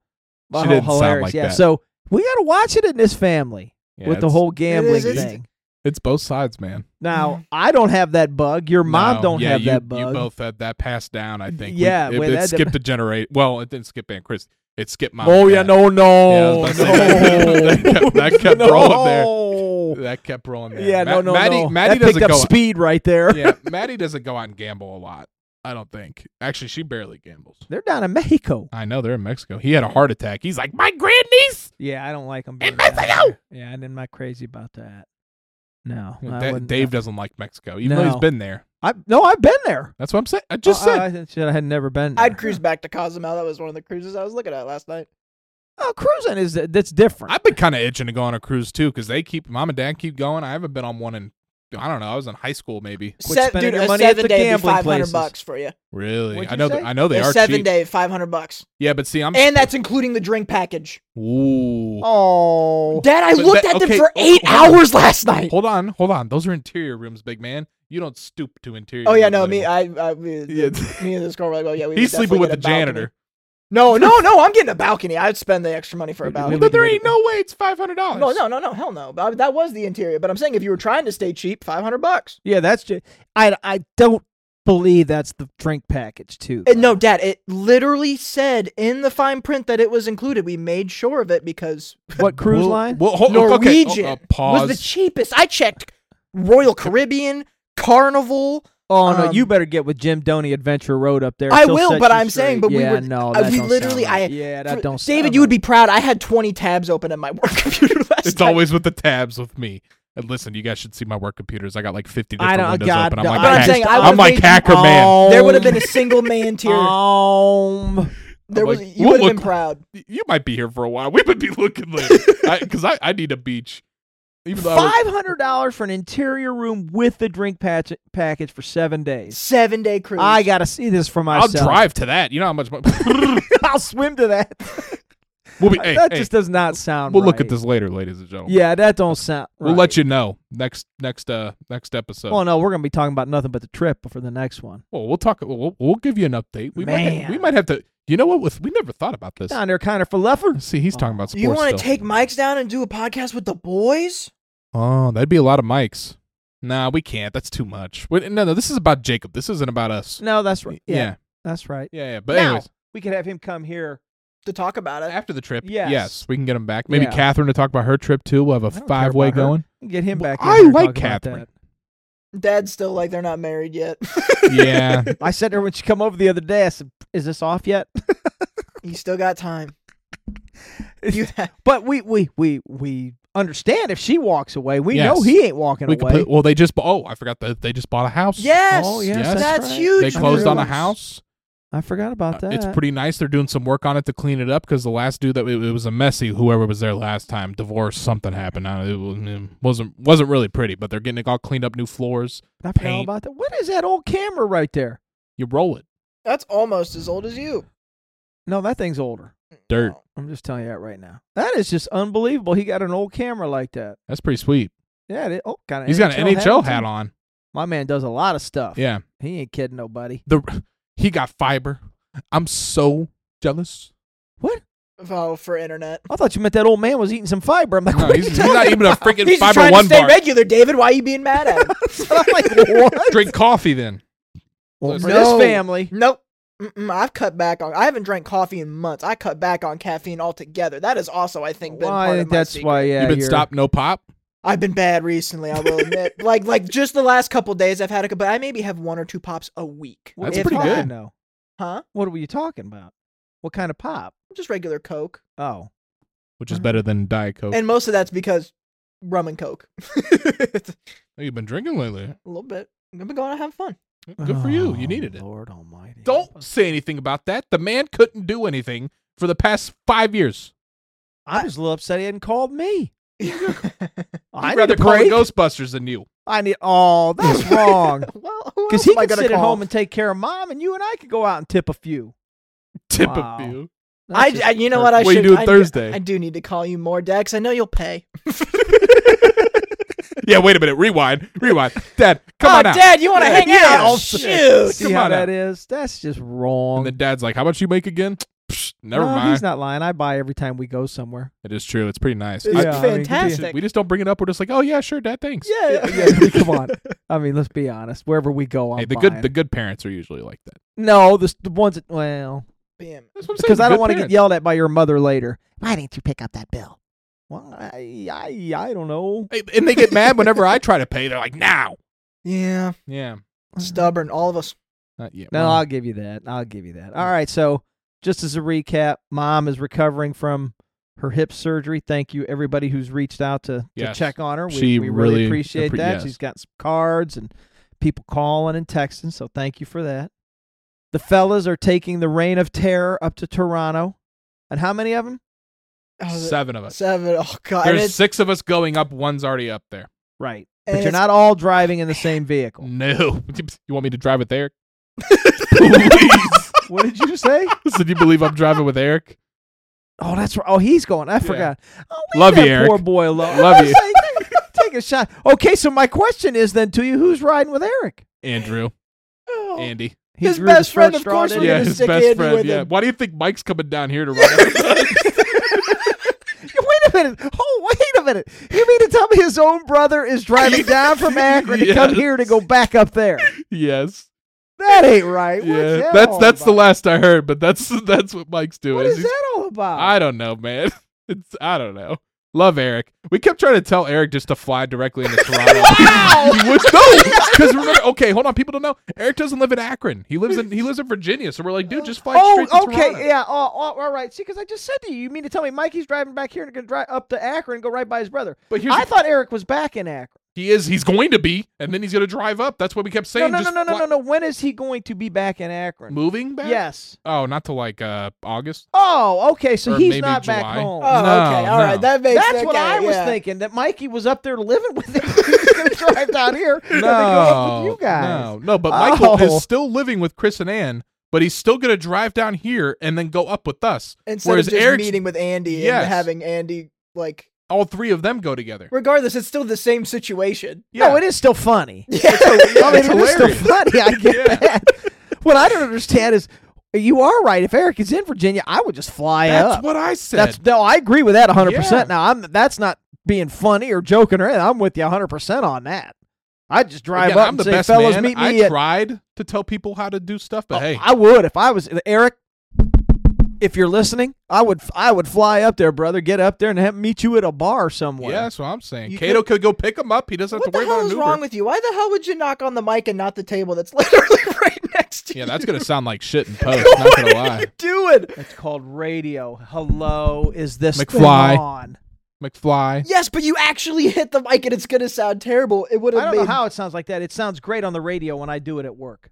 [SPEAKER 2] She didn't sound like
[SPEAKER 1] yeah,
[SPEAKER 2] that.
[SPEAKER 1] so we got to watch it in this family
[SPEAKER 2] Yeah,
[SPEAKER 1] with the
[SPEAKER 2] it's-
[SPEAKER 1] whole gambling
[SPEAKER 3] it's-
[SPEAKER 1] thing.
[SPEAKER 2] It's both sides, man.
[SPEAKER 1] Now, I don't have that bug. Your mom
[SPEAKER 2] No,
[SPEAKER 1] don't
[SPEAKER 2] yeah,
[SPEAKER 1] have
[SPEAKER 2] you-
[SPEAKER 1] that bug.
[SPEAKER 2] You both had that passed down, I think.
[SPEAKER 1] Yeah,
[SPEAKER 2] We,
[SPEAKER 1] well,
[SPEAKER 2] it, it
[SPEAKER 1] that-
[SPEAKER 2] skipped a generation. Well, it didn't skip Aunt Chris. It skipped mom.
[SPEAKER 1] oh
[SPEAKER 2] and
[SPEAKER 1] yeah,
[SPEAKER 2] dad.
[SPEAKER 1] no,
[SPEAKER 2] Yeah, I
[SPEAKER 1] no,
[SPEAKER 2] was about to say,
[SPEAKER 1] no.
[SPEAKER 2] that kept- that kept
[SPEAKER 1] no.
[SPEAKER 2] rolling there. That kept rolling. There.
[SPEAKER 1] Yeah,
[SPEAKER 2] Ma-
[SPEAKER 1] no, no,
[SPEAKER 2] Maddie,
[SPEAKER 1] no.
[SPEAKER 2] Maddie
[SPEAKER 1] that picked
[SPEAKER 2] doesn't
[SPEAKER 1] up
[SPEAKER 2] go.
[SPEAKER 1] speed right there.
[SPEAKER 2] yeah, Maddie doesn't go out and gamble a lot. I don't think. Actually, she barely gambles.
[SPEAKER 1] They're down in Mexico.
[SPEAKER 2] I know they're in Mexico. He had a heart attack. He's like, my grandniece.
[SPEAKER 1] Yeah, I don't like them.
[SPEAKER 2] In
[SPEAKER 1] being down
[SPEAKER 2] Mexico!
[SPEAKER 1] there. Yeah, and I'm not crazy about that. No, I
[SPEAKER 2] Da-
[SPEAKER 1] wouldn't-
[SPEAKER 2] Dave doesn't like Mexico, even though
[SPEAKER 1] No.
[SPEAKER 2] he's been there.
[SPEAKER 1] I no, I've been there.
[SPEAKER 2] That's what I'm saying. I just
[SPEAKER 1] Oh,
[SPEAKER 2] said.
[SPEAKER 1] I, I said I had never been. There.
[SPEAKER 3] I'd cruise back to Cozumel. That was one of the cruises I was looking at last night.
[SPEAKER 1] Oh, cruising is that's different.
[SPEAKER 2] I've been kind of itching to go on a cruise too, because they keep mom and dad keep going. I haven't been on one in I don't know. I was in high school, maybe.
[SPEAKER 1] Quit
[SPEAKER 3] Se-
[SPEAKER 1] spending
[SPEAKER 3] dude,
[SPEAKER 1] your
[SPEAKER 3] a
[SPEAKER 1] money at
[SPEAKER 3] seven
[SPEAKER 1] the
[SPEAKER 3] day,
[SPEAKER 1] gambling
[SPEAKER 3] five hundred
[SPEAKER 1] places.
[SPEAKER 3] bucks for you.
[SPEAKER 2] Really?
[SPEAKER 1] What'd
[SPEAKER 2] I
[SPEAKER 1] you
[SPEAKER 2] know. th-
[SPEAKER 1] say?
[SPEAKER 2] I know they
[SPEAKER 3] a
[SPEAKER 2] are
[SPEAKER 3] seven
[SPEAKER 2] cheap.
[SPEAKER 3] day, five hundred bucks,
[SPEAKER 2] Yeah, but see, I'm.
[SPEAKER 3] and that's including the drink package.
[SPEAKER 2] Ooh.
[SPEAKER 1] Oh.
[SPEAKER 3] Dad, I
[SPEAKER 2] But
[SPEAKER 3] looked
[SPEAKER 2] that-
[SPEAKER 3] at
[SPEAKER 2] okay,
[SPEAKER 3] them for
[SPEAKER 2] oh,
[SPEAKER 3] eight
[SPEAKER 2] hold on.
[SPEAKER 3] hours last night.
[SPEAKER 2] Hold on, hold on. Those are interior rooms, big man. You don't stoop to interior.
[SPEAKER 3] Oh yeah,
[SPEAKER 2] rooms
[SPEAKER 3] no, me,
[SPEAKER 2] anymore.
[SPEAKER 3] I, I me,
[SPEAKER 2] Yeah.
[SPEAKER 3] me and this girl were like, oh yeah, we. would
[SPEAKER 2] He's sleeping
[SPEAKER 3] definitely
[SPEAKER 2] with the
[SPEAKER 3] get a balcony.
[SPEAKER 2] janitor.
[SPEAKER 3] No, no, no, I'm getting a balcony. I'd spend the extra money for a
[SPEAKER 1] Well,
[SPEAKER 3] balcony.
[SPEAKER 1] we
[SPEAKER 2] But there
[SPEAKER 1] can
[SPEAKER 2] ain't
[SPEAKER 1] make
[SPEAKER 2] no way it's five hundred dollars.
[SPEAKER 3] No, no, no, no, hell no. But that was the interior. But I'm saying if you were trying to stay cheap, five hundred bucks.
[SPEAKER 1] Yeah, that's just. I, I don't believe that's the drink package too.
[SPEAKER 3] And no, Dad, it literally said in the fine print that it was included. We made sure of it because
[SPEAKER 1] What cruise
[SPEAKER 2] Well-
[SPEAKER 1] line?
[SPEAKER 2] Well, hold, okay,
[SPEAKER 3] Norwegian
[SPEAKER 2] oh, uh,
[SPEAKER 3] was the
[SPEAKER 2] pause.
[SPEAKER 3] cheapest. I checked Royal Caribbean, Carnival.
[SPEAKER 1] oh no,
[SPEAKER 3] um,
[SPEAKER 1] you better get with Jim Doney Adventure Road up there.
[SPEAKER 3] I
[SPEAKER 1] She'll
[SPEAKER 3] will,
[SPEAKER 1] set
[SPEAKER 3] but
[SPEAKER 1] you
[SPEAKER 3] I'm saying,
[SPEAKER 1] straight.
[SPEAKER 3] but we
[SPEAKER 1] yeah,
[SPEAKER 3] were-
[SPEAKER 1] no,
[SPEAKER 3] uh,
[SPEAKER 1] that
[SPEAKER 3] we
[SPEAKER 1] don't
[SPEAKER 3] literally-
[SPEAKER 1] sound right.
[SPEAKER 3] I-
[SPEAKER 1] yeah,
[SPEAKER 3] For-
[SPEAKER 1] that don't.
[SPEAKER 3] David,
[SPEAKER 1] sound
[SPEAKER 3] you
[SPEAKER 1] right.
[SPEAKER 3] would be proud. I had 20 tabs open at my work computer last
[SPEAKER 2] It's
[SPEAKER 3] night.
[SPEAKER 2] always with the tabs with me. And listen, you guys should see my work computers. I got like fifty
[SPEAKER 1] I
[SPEAKER 2] different
[SPEAKER 1] don't-
[SPEAKER 2] windows
[SPEAKER 1] God,
[SPEAKER 2] open. I'm
[SPEAKER 1] no,
[SPEAKER 2] like,
[SPEAKER 3] But I'm
[SPEAKER 2] Cac-
[SPEAKER 3] saying I
[SPEAKER 2] I'm
[SPEAKER 3] would've
[SPEAKER 2] like
[SPEAKER 3] made-
[SPEAKER 2] hacker man.
[SPEAKER 1] Oh.
[SPEAKER 3] there would have been a single man tier.
[SPEAKER 1] Um,
[SPEAKER 3] there
[SPEAKER 2] I'm
[SPEAKER 3] was
[SPEAKER 2] like,
[SPEAKER 3] you
[SPEAKER 2] what Oh
[SPEAKER 3] would have been
[SPEAKER 2] look-
[SPEAKER 3] proud.
[SPEAKER 2] You might be here for a while. We would be looking later because I, I, need a beach. Even though I work-
[SPEAKER 1] five hundred dollars for an interior room with the drink patch- package for seven days.
[SPEAKER 3] Seven day cruise.
[SPEAKER 1] I gotta see this for
[SPEAKER 2] I'll
[SPEAKER 1] myself.
[SPEAKER 2] drive to that. You know how much money.
[SPEAKER 1] I'll swim to that.
[SPEAKER 2] we'll be. Hey,
[SPEAKER 1] that
[SPEAKER 2] hey,
[SPEAKER 1] just does not sound.
[SPEAKER 2] we'll look at
[SPEAKER 1] right.
[SPEAKER 2] this later, ladies and gentlemen.
[SPEAKER 1] Yeah, that don't sound. Right.
[SPEAKER 2] We'll let you know next next uh next episode.
[SPEAKER 1] Well, no, we're gonna be talking about nothing but the trip for the next one.
[SPEAKER 2] Well, we'll talk. We'll, we'll give you an update. We might
[SPEAKER 1] Man.
[SPEAKER 2] have, we might have to. You know what? With we never thought about this.
[SPEAKER 1] Down there, kind of for leffer.
[SPEAKER 2] See, he's talking
[SPEAKER 1] Oh,
[SPEAKER 2] about sports.
[SPEAKER 3] you want
[SPEAKER 2] still.
[SPEAKER 3] to take mics down and do a podcast with the boys?
[SPEAKER 2] Oh, that'd be a lot of mics. Nah, we can't. That's too much. Wait, no, no, this is about Jacob. This isn't about us.
[SPEAKER 1] No, that's right. Yeah,
[SPEAKER 2] yeah,
[SPEAKER 1] that's right.
[SPEAKER 2] yeah. yeah. But
[SPEAKER 1] Now.
[SPEAKER 2] anyways,
[SPEAKER 1] We could have him come here.
[SPEAKER 3] To talk about it.
[SPEAKER 2] after the trip,
[SPEAKER 1] Yes.
[SPEAKER 2] we can get him back. Maybe
[SPEAKER 1] Yeah.
[SPEAKER 2] Catherine to talk about her trip too. We'll have a
[SPEAKER 1] I don't care
[SPEAKER 2] five way
[SPEAKER 1] about her.
[SPEAKER 2] going.
[SPEAKER 1] We can Get him
[SPEAKER 2] Well,
[SPEAKER 1] back. in
[SPEAKER 2] I
[SPEAKER 1] here and
[SPEAKER 2] like
[SPEAKER 1] talk about
[SPEAKER 2] Catherine.
[SPEAKER 3] Dad's still like they're not married yet.
[SPEAKER 2] yeah,
[SPEAKER 1] that. I said to her when she come over the other day. I said, "Is this off yet?"
[SPEAKER 3] you still got time. You ha-
[SPEAKER 1] but we we we we understand if she walks away. We know
[SPEAKER 2] Yes.
[SPEAKER 1] he ain't walking
[SPEAKER 2] we
[SPEAKER 1] away.
[SPEAKER 2] complete, Well, they just. bought Oh, I forgot that they just bought a house.
[SPEAKER 3] yes,
[SPEAKER 1] Oh, yes,
[SPEAKER 2] Yes.
[SPEAKER 1] that's
[SPEAKER 3] that's
[SPEAKER 1] right.
[SPEAKER 3] huge.
[SPEAKER 2] They closed on a
[SPEAKER 3] news.
[SPEAKER 2] house.
[SPEAKER 1] I forgot about
[SPEAKER 2] Uh,
[SPEAKER 1] that.
[SPEAKER 2] It's pretty nice. They're doing some work on it to clean it up because the last dude that it, it was a messy. Whoever was there last time, divorced, something happened. on it. It wa- mm, wasn't wasn't really pretty, but they're getting it all cleaned up, new floors.
[SPEAKER 1] I forgot
[SPEAKER 2] paint.
[SPEAKER 1] about that. What is that old camera right there?
[SPEAKER 2] You roll it,
[SPEAKER 3] That's almost as old as you.
[SPEAKER 1] No, that thing's older.
[SPEAKER 2] dirt.
[SPEAKER 1] I'm just telling you that right now. That is just unbelievable. He got an old camera like that.
[SPEAKER 2] That's pretty sweet.
[SPEAKER 1] Yeah. It, oh, got an
[SPEAKER 2] He's got an
[SPEAKER 1] NHL
[SPEAKER 2] NHL
[SPEAKER 1] too.
[SPEAKER 2] hat on.
[SPEAKER 1] My man does a lot of stuff.
[SPEAKER 2] Yeah,
[SPEAKER 1] He ain't kidding nobody.
[SPEAKER 2] the he got fiber. I'm so jealous.
[SPEAKER 3] Oh, for internet.
[SPEAKER 1] I thought you meant that old man was eating some fiber. I'm like,
[SPEAKER 2] No,
[SPEAKER 1] what are
[SPEAKER 2] he's,
[SPEAKER 1] you
[SPEAKER 2] he's
[SPEAKER 1] talking
[SPEAKER 2] not even a
[SPEAKER 1] about?
[SPEAKER 2] freaking
[SPEAKER 3] He's
[SPEAKER 2] fiber
[SPEAKER 3] trying
[SPEAKER 2] one
[SPEAKER 3] to stay
[SPEAKER 2] bar.
[SPEAKER 3] regular, David. Why are you being mad at him?
[SPEAKER 1] I'm like, what?
[SPEAKER 2] Drink coffee then.
[SPEAKER 1] Well,
[SPEAKER 2] Listen.
[SPEAKER 1] for this
[SPEAKER 3] No.
[SPEAKER 1] family.
[SPEAKER 3] Nope. Mm-mm, I've cut back on. I haven't drank coffee in months. I cut back on caffeine altogether. That has also, I think, been
[SPEAKER 1] Well,
[SPEAKER 3] part
[SPEAKER 1] I
[SPEAKER 3] of
[SPEAKER 1] think
[SPEAKER 3] my
[SPEAKER 1] that's
[SPEAKER 3] secret.
[SPEAKER 1] why. Yeah,
[SPEAKER 2] You've been
[SPEAKER 1] you're-
[SPEAKER 2] stopped, no pop.
[SPEAKER 3] I've been bad recently. I will admit. like, like just the last couple days, I've had a. cou- But I maybe have one or two pops a week.
[SPEAKER 1] What are
[SPEAKER 2] That's
[SPEAKER 1] you
[SPEAKER 3] if
[SPEAKER 2] pretty
[SPEAKER 3] that.
[SPEAKER 1] talking
[SPEAKER 2] good.
[SPEAKER 1] Though?
[SPEAKER 3] huh?
[SPEAKER 1] What were you talking about? What kind of pop?
[SPEAKER 3] Just regular Coke,
[SPEAKER 1] Oh,
[SPEAKER 2] Which is better than Diet Coke.
[SPEAKER 3] and most of that's because rum and Coke. a
[SPEAKER 2] Oh, You've been drinking lately.
[SPEAKER 3] little bit. I've been going out having fun.
[SPEAKER 2] Good for you. You
[SPEAKER 1] Oh,
[SPEAKER 2] needed it.
[SPEAKER 1] Lord Almighty.
[SPEAKER 2] Don't say anything about that. The man couldn't do anything for the past five years.
[SPEAKER 1] I was a little upset he hadn't called me. I
[SPEAKER 2] I'd
[SPEAKER 1] need
[SPEAKER 2] rather
[SPEAKER 1] a
[SPEAKER 2] call the
[SPEAKER 1] break.
[SPEAKER 2] Ghostbusters than you.
[SPEAKER 1] I need. Oh, that's wrong.
[SPEAKER 3] well, who
[SPEAKER 1] Because
[SPEAKER 3] else
[SPEAKER 1] he
[SPEAKER 3] am I
[SPEAKER 1] could
[SPEAKER 3] gonna
[SPEAKER 1] sit at
[SPEAKER 3] call?
[SPEAKER 1] home and take care of mom, and you and I could go out and tip a few.
[SPEAKER 2] Tip
[SPEAKER 1] Wow.
[SPEAKER 2] of you.
[SPEAKER 1] That's
[SPEAKER 3] I,
[SPEAKER 1] just-
[SPEAKER 3] I- you know what I
[SPEAKER 2] What you
[SPEAKER 3] should
[SPEAKER 2] doing
[SPEAKER 3] I do-
[SPEAKER 2] Thursday?
[SPEAKER 3] I do need to call you more, Dex. I know you'll pay.
[SPEAKER 2] Yeah, wait a minute. Rewind. Rewind. Dad, come
[SPEAKER 3] oh,
[SPEAKER 2] on out.
[SPEAKER 3] Dad, you want to
[SPEAKER 2] Yeah,
[SPEAKER 3] hang
[SPEAKER 2] yeah,
[SPEAKER 3] out?
[SPEAKER 2] oh,
[SPEAKER 3] Shoot.
[SPEAKER 1] see
[SPEAKER 2] come
[SPEAKER 1] how
[SPEAKER 2] on
[SPEAKER 1] that
[SPEAKER 2] out.
[SPEAKER 1] is. That's just
[SPEAKER 2] And
[SPEAKER 1] wrong.
[SPEAKER 2] then dad's like, how much you make again? Psh, never
[SPEAKER 1] no,
[SPEAKER 2] mind.
[SPEAKER 1] He's not lying. I buy every time we go somewhere.
[SPEAKER 2] it is true. It's pretty nice.
[SPEAKER 3] It's
[SPEAKER 2] I-
[SPEAKER 1] Yeah.
[SPEAKER 3] fantastic.
[SPEAKER 2] we just don't bring it up. We're just like, oh, yeah, sure, dad, thanks.
[SPEAKER 3] yeah.
[SPEAKER 1] Yeah, I mean, come on. I mean, let's be honest. Wherever we go, I'm
[SPEAKER 2] Hey, the
[SPEAKER 1] buying.
[SPEAKER 2] good the good parents are usually like that.
[SPEAKER 1] no, the, the ones that well,
[SPEAKER 3] Bam.
[SPEAKER 2] That's what I'm saying.
[SPEAKER 1] because I don't
[SPEAKER 2] good
[SPEAKER 1] want to get
[SPEAKER 2] parents.
[SPEAKER 1] yelled at by your mother later. Why didn't you pick up that bill? Well, I I, I don't know.
[SPEAKER 2] Hey, And they get mad whenever I try to pay. They're like, now.
[SPEAKER 3] Yeah.
[SPEAKER 2] Yeah.
[SPEAKER 3] Stubborn, all of us.
[SPEAKER 2] Not yet.
[SPEAKER 1] No,
[SPEAKER 2] Well,
[SPEAKER 1] I'll give you that. I'll give you that. All right. So, just as a recap, mom is recovering from her hip surgery. Thank you, everybody who's reached out to,
[SPEAKER 2] Yes.
[SPEAKER 1] to check on her. We,
[SPEAKER 2] She
[SPEAKER 1] we really,
[SPEAKER 2] really
[SPEAKER 1] appreciate
[SPEAKER 2] appre-
[SPEAKER 1] that.
[SPEAKER 2] yes.
[SPEAKER 1] She's got some cards and people calling and texting. So, thank you for that. The fellas are taking the reign of terror up to Toronto. And how many of them?
[SPEAKER 3] Oh, the-
[SPEAKER 2] seven of us.
[SPEAKER 3] seven. Oh, God. and
[SPEAKER 2] There's
[SPEAKER 3] it's-
[SPEAKER 2] six of us going up. One's already up there.
[SPEAKER 1] Right. But you're
[SPEAKER 3] it's-
[SPEAKER 1] not all driving in the same vehicle.
[SPEAKER 2] No. You want me to drive with Eric? Please.
[SPEAKER 1] what did you say?
[SPEAKER 2] so do you believe I'm driving with Eric?
[SPEAKER 1] Oh, that's right. Oh, he's going. I forgot. Oh, leave
[SPEAKER 2] Love you,
[SPEAKER 1] that
[SPEAKER 2] Eric.
[SPEAKER 1] Poor boy. Alone.
[SPEAKER 2] Love
[SPEAKER 1] I
[SPEAKER 2] you.
[SPEAKER 1] was like, Take a shot. Okay, so my question is then to you: Who's riding with Eric?
[SPEAKER 2] Andrew.
[SPEAKER 3] Oh.
[SPEAKER 2] Andy.
[SPEAKER 1] He
[SPEAKER 3] His
[SPEAKER 1] drew the
[SPEAKER 3] best friend,
[SPEAKER 1] first
[SPEAKER 3] of
[SPEAKER 1] straw,
[SPEAKER 3] course,
[SPEAKER 1] didn't
[SPEAKER 3] we're
[SPEAKER 2] yeah,
[SPEAKER 3] gonna
[SPEAKER 2] his
[SPEAKER 3] stick
[SPEAKER 2] best
[SPEAKER 3] Andy
[SPEAKER 2] friend.
[SPEAKER 3] with
[SPEAKER 2] Yeah.
[SPEAKER 3] him.
[SPEAKER 2] Why do you think Mike's coming down here to ride?
[SPEAKER 1] he? Wait a minute. Oh, wait a minute. You mean to tell me his own brother is driving down from Akron to come
[SPEAKER 2] Yes.
[SPEAKER 1] here to go back up there?
[SPEAKER 2] yes.
[SPEAKER 1] That ain't right. What's
[SPEAKER 2] Yeah.
[SPEAKER 1] that
[SPEAKER 2] That's
[SPEAKER 1] all
[SPEAKER 2] that's the
[SPEAKER 1] about?
[SPEAKER 2] last I heard, but that's that's what Mike's doing.
[SPEAKER 1] What is
[SPEAKER 2] is he's-
[SPEAKER 1] that all about?
[SPEAKER 2] I don't know, man. It's I don't know. Love Eric. We kept trying to tell Eric just to fly directly into Toronto.
[SPEAKER 1] Wow!
[SPEAKER 2] He was- no, because remember, okay, hold on. People don't know Eric doesn't live in Akron. He lives in he lives in Virginia. So we're like, dude, just fly
[SPEAKER 1] Oh,
[SPEAKER 2] straight to
[SPEAKER 1] okay,
[SPEAKER 2] Toronto.
[SPEAKER 1] yeah, oh, oh, all right. See, because I just said to you, you mean to tell me Mikey's driving back here and going to drive up to Akron and go right by his brother?
[SPEAKER 2] But here's
[SPEAKER 1] I thought Eric was back in Akron.
[SPEAKER 2] he is. He's going to be, and then he's going to drive up. That's what we kept
[SPEAKER 1] No,
[SPEAKER 2] saying.
[SPEAKER 1] no, no,
[SPEAKER 2] just
[SPEAKER 1] no, no, no,
[SPEAKER 2] fly-
[SPEAKER 1] no. When is he going to be back in Akron?
[SPEAKER 2] Moving back.
[SPEAKER 1] Yes.
[SPEAKER 2] Oh, not till like uh August.
[SPEAKER 1] Oh, okay. So
[SPEAKER 2] Or
[SPEAKER 1] he's
[SPEAKER 2] maybe
[SPEAKER 1] not back
[SPEAKER 2] July.
[SPEAKER 1] home.
[SPEAKER 3] Oh, okay.
[SPEAKER 2] No,
[SPEAKER 3] All right.
[SPEAKER 2] no.
[SPEAKER 3] That makes
[SPEAKER 1] That's what
[SPEAKER 3] okay,
[SPEAKER 1] I was
[SPEAKER 3] yeah.
[SPEAKER 1] thinking. That Mikey was up there living with him. he's going to drive down here and then go up with you guys.
[SPEAKER 2] No, no, but Michael
[SPEAKER 1] Oh.
[SPEAKER 2] is still living with Chris and Ann, but he's still going to drive down here and then go up with us.
[SPEAKER 3] Instead
[SPEAKER 2] Whereas
[SPEAKER 3] of just
[SPEAKER 2] Eric's-
[SPEAKER 3] meeting with Andy
[SPEAKER 2] Yes.
[SPEAKER 3] and having Andy like
[SPEAKER 2] All three of them go together.
[SPEAKER 3] regardless, it's still the same situation.
[SPEAKER 2] Yeah.
[SPEAKER 1] No, it is still funny.
[SPEAKER 3] Yeah.
[SPEAKER 1] I mean,
[SPEAKER 2] It's
[SPEAKER 1] it is still
[SPEAKER 2] hilarious.
[SPEAKER 1] funny. I get
[SPEAKER 2] Yeah.
[SPEAKER 1] that. What I don't understand is, you are right. If Eric is in Virginia, I would just fly
[SPEAKER 2] That's
[SPEAKER 1] up.
[SPEAKER 2] what I said.
[SPEAKER 1] That's no, I agree with that 100.
[SPEAKER 2] Yeah.
[SPEAKER 1] percent Now I'm that's not being funny or joking or anything. I'm with you 100 percent on that. I just drive
[SPEAKER 2] Again,
[SPEAKER 1] up
[SPEAKER 2] I'm
[SPEAKER 1] and
[SPEAKER 2] the
[SPEAKER 1] say,
[SPEAKER 2] best
[SPEAKER 1] "Fellas,
[SPEAKER 2] man.
[SPEAKER 1] meet
[SPEAKER 2] I
[SPEAKER 1] me at." Oh,
[SPEAKER 2] tried to tell people how to do stuff, but hey,
[SPEAKER 1] I would if I was Eric. If you're listening, I would I would fly up there, brother. Get up there and have, meet you at a bar somewhere.
[SPEAKER 2] yeah, that's what I'm saying.
[SPEAKER 1] You
[SPEAKER 2] Cato could go pick him up. He doesn't have
[SPEAKER 3] What
[SPEAKER 2] to
[SPEAKER 3] the
[SPEAKER 2] worry
[SPEAKER 3] hell
[SPEAKER 2] about
[SPEAKER 3] is
[SPEAKER 2] an
[SPEAKER 3] wrong
[SPEAKER 2] Uber.
[SPEAKER 3] with you? Why the hell would you knock on the mic and not the table that's literally right next to
[SPEAKER 2] Yeah,
[SPEAKER 3] you?
[SPEAKER 2] that's gonna sound like shit in post. not gonna lie,
[SPEAKER 3] doing.
[SPEAKER 1] It's called radio. Hello, is this thing
[SPEAKER 2] McFly.
[SPEAKER 1] on?
[SPEAKER 2] McFly.
[SPEAKER 3] Yes, but you actually hit the mic and it's gonna sound terrible. It would
[SPEAKER 1] I
[SPEAKER 3] have
[SPEAKER 1] don't know
[SPEAKER 3] made
[SPEAKER 1] how it sounds like that. It sounds great on the radio when I do it at work.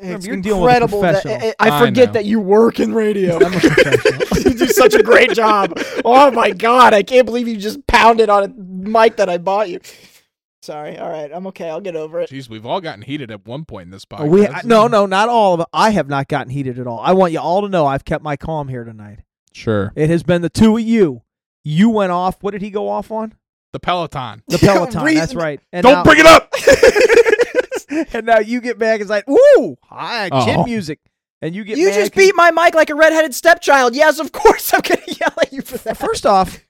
[SPEAKER 3] it's
[SPEAKER 1] You're dealing with a
[SPEAKER 3] incredible that
[SPEAKER 1] professional.
[SPEAKER 3] I,
[SPEAKER 2] I
[SPEAKER 3] I forget
[SPEAKER 2] know.
[SPEAKER 3] that you work in radio.
[SPEAKER 1] I'm a professional.
[SPEAKER 3] you do such a great job. Oh my god, I can't believe you just pounded on a mic that I bought you. Sorry. All right, I'm okay. I'll get over it.
[SPEAKER 2] Jeez, we've all gotten heated at one point in this podcast.
[SPEAKER 1] Oh, we I, no no not all of it. I have not gotten heated at all. I want you all to know I've kept my calm here tonight.
[SPEAKER 2] sure.
[SPEAKER 1] It has been the two of you. You went off. What did he go off on?
[SPEAKER 2] The Peloton.
[SPEAKER 1] The Peloton. that's
[SPEAKER 3] Reason-
[SPEAKER 1] right. And
[SPEAKER 2] Don't
[SPEAKER 1] now,
[SPEAKER 2] bring it up.
[SPEAKER 1] And now you get back. It's like ooh, hi,
[SPEAKER 2] Oh.
[SPEAKER 1] gym music. And you get
[SPEAKER 3] You
[SPEAKER 1] mad
[SPEAKER 3] just
[SPEAKER 1] 'cause-
[SPEAKER 3] beat my mic like a redheaded stepchild. Yes, of course I'm gonna yell at you for that.
[SPEAKER 1] First off,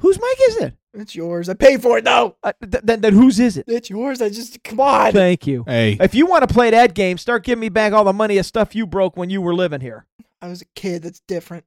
[SPEAKER 1] whose mic is it?
[SPEAKER 3] It's yours. I paid for it though.
[SPEAKER 1] Uh, th- then then whose is it?
[SPEAKER 3] It's yours. I just come on.
[SPEAKER 1] Thank you.
[SPEAKER 2] Hey,
[SPEAKER 1] If you want to play that game, start giving me back all the money of stuff you broke when you were living here.
[SPEAKER 3] I was a kid. That's different.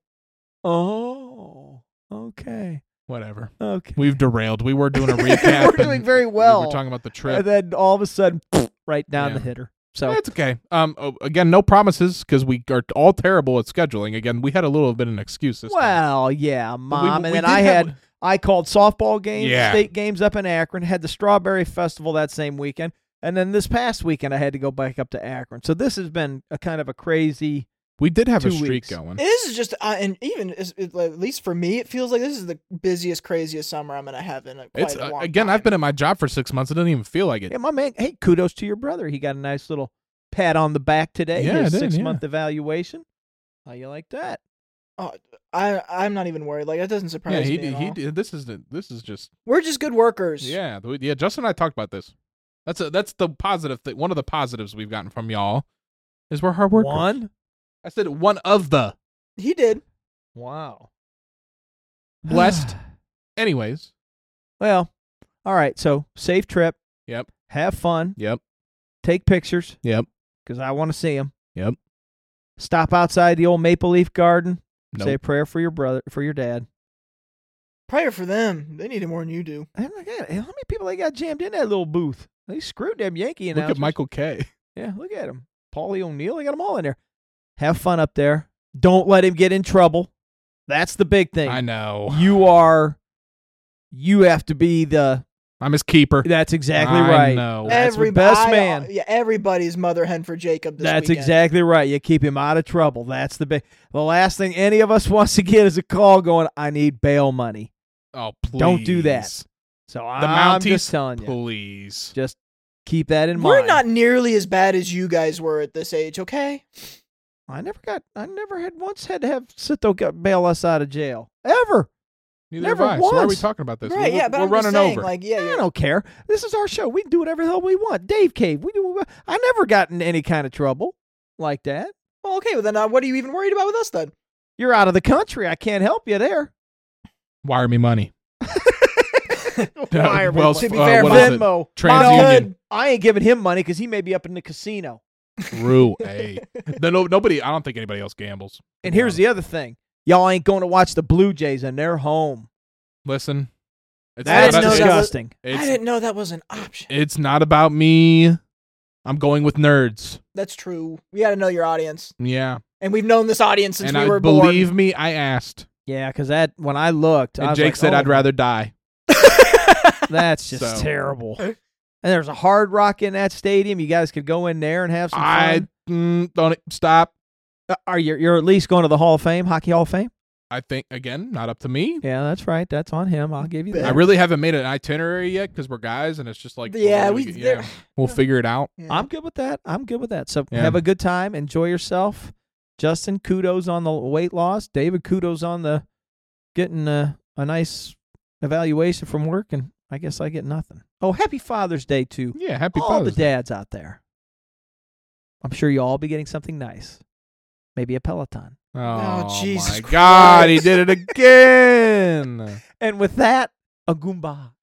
[SPEAKER 1] Oh, okay,
[SPEAKER 2] whatever.
[SPEAKER 1] okay.
[SPEAKER 2] We've derailed. We were doing a recap.
[SPEAKER 1] We're doing
[SPEAKER 2] and
[SPEAKER 1] very
[SPEAKER 2] We
[SPEAKER 1] well.
[SPEAKER 2] were talking about the trip.
[SPEAKER 1] and then all of a sudden, right down
[SPEAKER 2] Yeah.
[SPEAKER 1] the hitter. So
[SPEAKER 2] That's okay. Um, oh, again, no promises because we are all terrible at scheduling. Again, we had a little bit of an excuse this time.
[SPEAKER 1] well, yeah,
[SPEAKER 2] But we-
[SPEAKER 1] mom.
[SPEAKER 2] we
[SPEAKER 1] and then
[SPEAKER 2] did
[SPEAKER 1] I
[SPEAKER 2] have-
[SPEAKER 1] had I called softball games,
[SPEAKER 2] Yeah.
[SPEAKER 1] state games up in Akron. Had the strawberry festival that same weekend, and then this past weekend I had to go back up to Akron. So this has been a kind of a crazy.
[SPEAKER 2] we did have a
[SPEAKER 1] two
[SPEAKER 2] streak
[SPEAKER 1] weeks.
[SPEAKER 2] going.
[SPEAKER 3] This is just, uh, and even is- it- at least for me, it feels like this is the busiest, craziest summer I'm gonna have in a, quite
[SPEAKER 2] It's
[SPEAKER 3] a
[SPEAKER 2] uh,
[SPEAKER 3] long
[SPEAKER 2] again. I've
[SPEAKER 3] time.
[SPEAKER 2] been at my job for six months. It doesn't even feel like it.
[SPEAKER 1] Yeah, my man. Hey, kudos to your brother. He got a nice little pat on the back today.
[SPEAKER 2] Yeah, I
[SPEAKER 1] his
[SPEAKER 2] did, yeah.
[SPEAKER 1] six month evaluation. How you like that?
[SPEAKER 3] Oh, I I'm not even worried. Like that doesn't surprise
[SPEAKER 2] Yeah, he
[SPEAKER 3] me.
[SPEAKER 2] did.
[SPEAKER 3] At
[SPEAKER 2] He
[SPEAKER 3] all.
[SPEAKER 2] did. This is the, this is just
[SPEAKER 3] We're just good workers.
[SPEAKER 2] yeah. the- Yeah, Justin and I talked about this. That's a, that's the positive thing. One of the positives we've gotten from y'all is we're hard workers.
[SPEAKER 1] One.
[SPEAKER 2] I said one of the
[SPEAKER 3] He did.
[SPEAKER 1] Wow.
[SPEAKER 2] blessed. Anyways,
[SPEAKER 1] Well, all right. So safe trip.
[SPEAKER 2] Yep.
[SPEAKER 1] Have fun.
[SPEAKER 2] yep,
[SPEAKER 1] Take pictures.
[SPEAKER 2] Yep.
[SPEAKER 1] Because I want to see them.
[SPEAKER 2] Yep.
[SPEAKER 1] Stop outside the old Maple Leaf Garden. Say a
[SPEAKER 2] nope.
[SPEAKER 1] prayer for your brother, for your dad.
[SPEAKER 3] Prayer for them. They need it more than you do.
[SPEAKER 1] And look at it. How many people they got jammed in that little booth? They screwed them Yankee
[SPEAKER 2] Look
[SPEAKER 1] announcers.
[SPEAKER 2] at Michael K.
[SPEAKER 1] Yeah, look at him. Paulie O'Neill. They got them all in there. Have fun up there. Don't let him get in trouble. That's the big thing.
[SPEAKER 2] I know.
[SPEAKER 1] You are. You have to be the.
[SPEAKER 2] I'm his keeper.
[SPEAKER 1] That's exactly
[SPEAKER 2] I
[SPEAKER 1] right.
[SPEAKER 2] know.
[SPEAKER 1] That's the
[SPEAKER 3] Everyb-
[SPEAKER 1] best
[SPEAKER 3] I-
[SPEAKER 1] man.
[SPEAKER 3] Yeah, everybody's mother hen for Jacob. This
[SPEAKER 1] That's
[SPEAKER 3] weekend.
[SPEAKER 1] exactly right. You keep him out of trouble. That's the big. The last thing any of us wants to get is a call going, "I need bail money."
[SPEAKER 2] Oh, please.
[SPEAKER 1] Don't do that. So
[SPEAKER 2] The
[SPEAKER 1] I'm just
[SPEAKER 2] Mounties
[SPEAKER 1] telling you,
[SPEAKER 2] Please.
[SPEAKER 1] just keep that in
[SPEAKER 3] We're
[SPEAKER 1] mind.
[SPEAKER 3] not nearly as bad as you guys were at this age, okay?
[SPEAKER 1] I never got. I never had once had to have Sito go- bail us out of jail ever.
[SPEAKER 2] Neither
[SPEAKER 1] Never
[SPEAKER 2] have I. So why are we
[SPEAKER 1] once.
[SPEAKER 2] talking about this?
[SPEAKER 3] right?
[SPEAKER 2] We're,
[SPEAKER 3] yeah, but
[SPEAKER 2] we're
[SPEAKER 3] I'm just
[SPEAKER 2] running
[SPEAKER 3] saying,
[SPEAKER 2] over.
[SPEAKER 3] Like, yeah,
[SPEAKER 1] I
[SPEAKER 3] you're-
[SPEAKER 1] don't care. This is our show. We can do whatever the hell we want. Dave Cave. We do. I never got in any kind of trouble like that.
[SPEAKER 3] well, okay. Well, then uh, what are you even worried about with us then?
[SPEAKER 1] You're out of the country. I can't help you there.
[SPEAKER 2] Wire me money.
[SPEAKER 1] Wire me
[SPEAKER 2] Wells-
[SPEAKER 1] money.
[SPEAKER 3] To be
[SPEAKER 2] uh,
[SPEAKER 3] fair,
[SPEAKER 2] what
[SPEAKER 3] Venmo.
[SPEAKER 2] is it?
[SPEAKER 1] Venmo.
[SPEAKER 2] TransUnion.
[SPEAKER 1] Good. I ain't giving him money because he may be up in the casino.
[SPEAKER 2] True. Hey. No, no, nobody. I don't think anybody else gambles.
[SPEAKER 1] And here's the other thing. Y'all ain't going to watch the Blue Jays and they're home.
[SPEAKER 2] Listen. It's
[SPEAKER 1] That's
[SPEAKER 2] not,
[SPEAKER 3] no
[SPEAKER 2] it's,
[SPEAKER 3] doubt.
[SPEAKER 1] disgusting.
[SPEAKER 3] I
[SPEAKER 2] it's,
[SPEAKER 3] didn't know that was an option.
[SPEAKER 2] it's not about me. I'm going with nerds.
[SPEAKER 3] That's true. We got to know your audience,
[SPEAKER 2] Yeah.
[SPEAKER 3] and we've known this audience since
[SPEAKER 2] and
[SPEAKER 3] we
[SPEAKER 2] I
[SPEAKER 3] were
[SPEAKER 2] believe me, I asked.
[SPEAKER 1] Yeah, because that when I looked, I
[SPEAKER 2] And
[SPEAKER 1] was
[SPEAKER 2] Jake
[SPEAKER 1] like,
[SPEAKER 2] said
[SPEAKER 1] oh,
[SPEAKER 2] I'd rather die.
[SPEAKER 1] That's just
[SPEAKER 2] So-
[SPEAKER 1] terrible. And there's a hard rock in that stadium. You guys could go in there and have some
[SPEAKER 2] I
[SPEAKER 1] fun.
[SPEAKER 2] mm, don't stop.
[SPEAKER 1] Uh, Are you? You're at least going to the Hall of Fame, Hockey Hall of Fame.
[SPEAKER 2] I think again, not up to me.
[SPEAKER 1] Yeah, that's right. That's on him. I'll give you that.
[SPEAKER 2] I really haven't made an itinerary yet because we're guys, and it's just like
[SPEAKER 3] born. Yeah,
[SPEAKER 2] well,
[SPEAKER 3] we.
[SPEAKER 2] get-
[SPEAKER 3] they're-
[SPEAKER 2] yeah, we'll figure it out.
[SPEAKER 3] yeah.
[SPEAKER 1] I'm good with that. I'm good with that. So
[SPEAKER 2] Yeah.
[SPEAKER 1] have a good time. Enjoy yourself. Justin, kudos on the weight loss. David, kudos on the getting a, a nice evaluation from work. And I guess I get nothing. Oh, happy Father's Day to
[SPEAKER 2] Yeah, happy
[SPEAKER 1] all
[SPEAKER 2] Father's
[SPEAKER 1] the dads out there. I'm sure you'll all be getting something nice. Maybe a Peloton.
[SPEAKER 2] Day.
[SPEAKER 3] Oh, Jesus
[SPEAKER 2] my God, he
[SPEAKER 3] Christ.
[SPEAKER 2] did it again.
[SPEAKER 1] And with that, a Goomba.